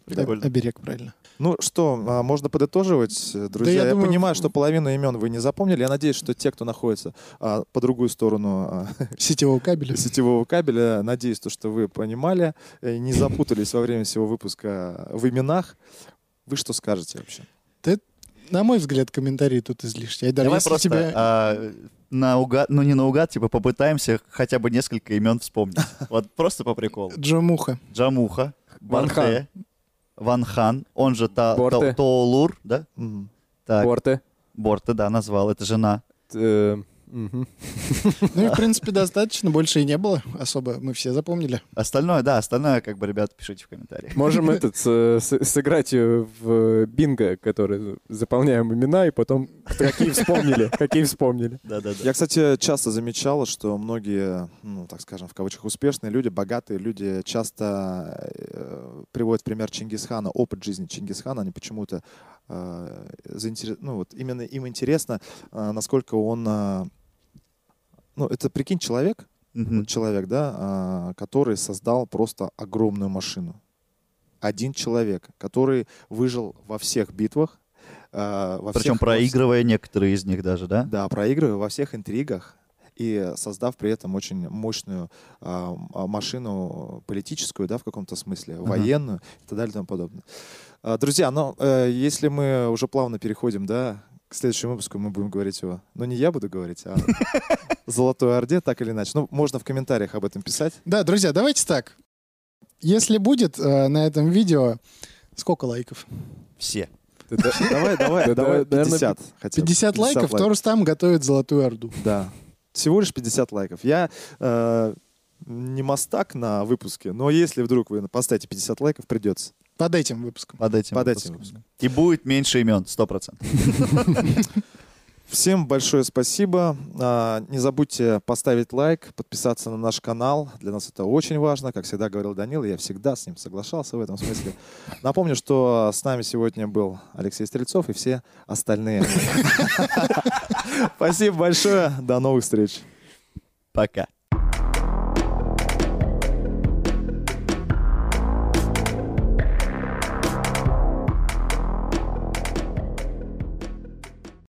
[SPEAKER 3] Прикольно.
[SPEAKER 4] Оберег, правильно.
[SPEAKER 2] Ну что, а, можно подытоживать, э, друзья.
[SPEAKER 4] я
[SPEAKER 2] я
[SPEAKER 4] думаю,
[SPEAKER 2] понимаю, что половину имен вы не запомнили. Я надеюсь, что те, кто находится а, по другую сторону а,
[SPEAKER 4] Сетевого кабеля.
[SPEAKER 2] сетевого кабеля. Надеюсь, то, что вы понимали, э, не запутались во время всего выпуска в именах. Вы что скажете вообще?
[SPEAKER 4] На мой взгляд, комментарии тут излишние. Айдар,
[SPEAKER 3] Давай
[SPEAKER 4] если
[SPEAKER 3] просто
[SPEAKER 4] тебе-
[SPEAKER 3] а, наугад, ну не наугад, типа попытаемся хотя бы несколько имен вспомнить. Вот просто по приколу.
[SPEAKER 4] Джо Муха.
[SPEAKER 3] Джамуха,
[SPEAKER 6] Ван Хан.
[SPEAKER 3] Барте, Ван Хан, он же Та-
[SPEAKER 6] Борте.
[SPEAKER 3] Тол- Толур, да?
[SPEAKER 2] Мгм.
[SPEAKER 3] Так,
[SPEAKER 6] Порты.
[SPEAKER 3] Борте, да, назвал, это жена.
[SPEAKER 6] Э, мгм.
[SPEAKER 4] Ну и, в принципе, достаточно. Больше и не было особо. Мы все запомнили.
[SPEAKER 3] Остальное, да, остальное, как бы, ребята, пишите в комментариях.
[SPEAKER 6] Можем этот с- с- сыграть э, в э, бинго, который заполняем имена, и потом какие вспомнили, какие вспомнили.
[SPEAKER 3] Да-да-да.
[SPEAKER 2] Я, кстати, часто замечала, что многие, ну, так скажем, в кавычках, успешные люди, богатые люди часто э, приводят пример Чингисхана, опыт жизни Чингисхана. Они почему-то э, заинтерес- ну, вот именно им интересно, э, насколько он... э, ну, это, прикинь, человек,
[SPEAKER 3] Мгм.
[SPEAKER 2] человек, да, а, который создал просто огромную машину. Один человек, который выжил во всех битвах, а, во
[SPEAKER 3] Причем
[SPEAKER 2] всех- во вс-
[SPEAKER 3] проигрывая некоторые из них даже, да?
[SPEAKER 2] да, проигрывая во всех интригах. и создав при этом очень мощную а, а, машину политическую, да, в каком-то смысле, военную и так далее и тому подобное. А, Друзья, ну, э, если мы уже плавно переходим, да, к следующему выпуску мы будем говорить о... Ну, не я буду говорить, а Золотой Орде, так или иначе. Ну, можно в комментариях об этом писать.
[SPEAKER 4] Да, друзья, давайте так. Если будет э, на этом видео сколько лайков?
[SPEAKER 3] Все.
[SPEAKER 2] Давай, давай,
[SPEAKER 6] Да,
[SPEAKER 2] давай
[SPEAKER 6] да, наверное,
[SPEAKER 2] 50 хотя бы.
[SPEAKER 4] 50 лайков, то Рустам готовит Золотую Орду.
[SPEAKER 2] Да. Всего лишь 50 лайков. Я э, не мастак на выпуске, но если вдруг вы поставите 50 лайков, придется.
[SPEAKER 4] Под этим выпуском.
[SPEAKER 3] Под этим.
[SPEAKER 2] Под этим
[SPEAKER 3] выпуском. И будет меньше имен, 100%.
[SPEAKER 2] Всем большое спасибо. А, Не забудьте поставить лайк, подписаться на наш канал. Для нас это очень важно. Как всегда говорил Данил, я всегда с ним соглашался в этом смысле. Напомню, что с нами сегодня был Алексей Стрельцов и все остальные. Спасибо большое. До новых встреч.
[SPEAKER 3] Пока.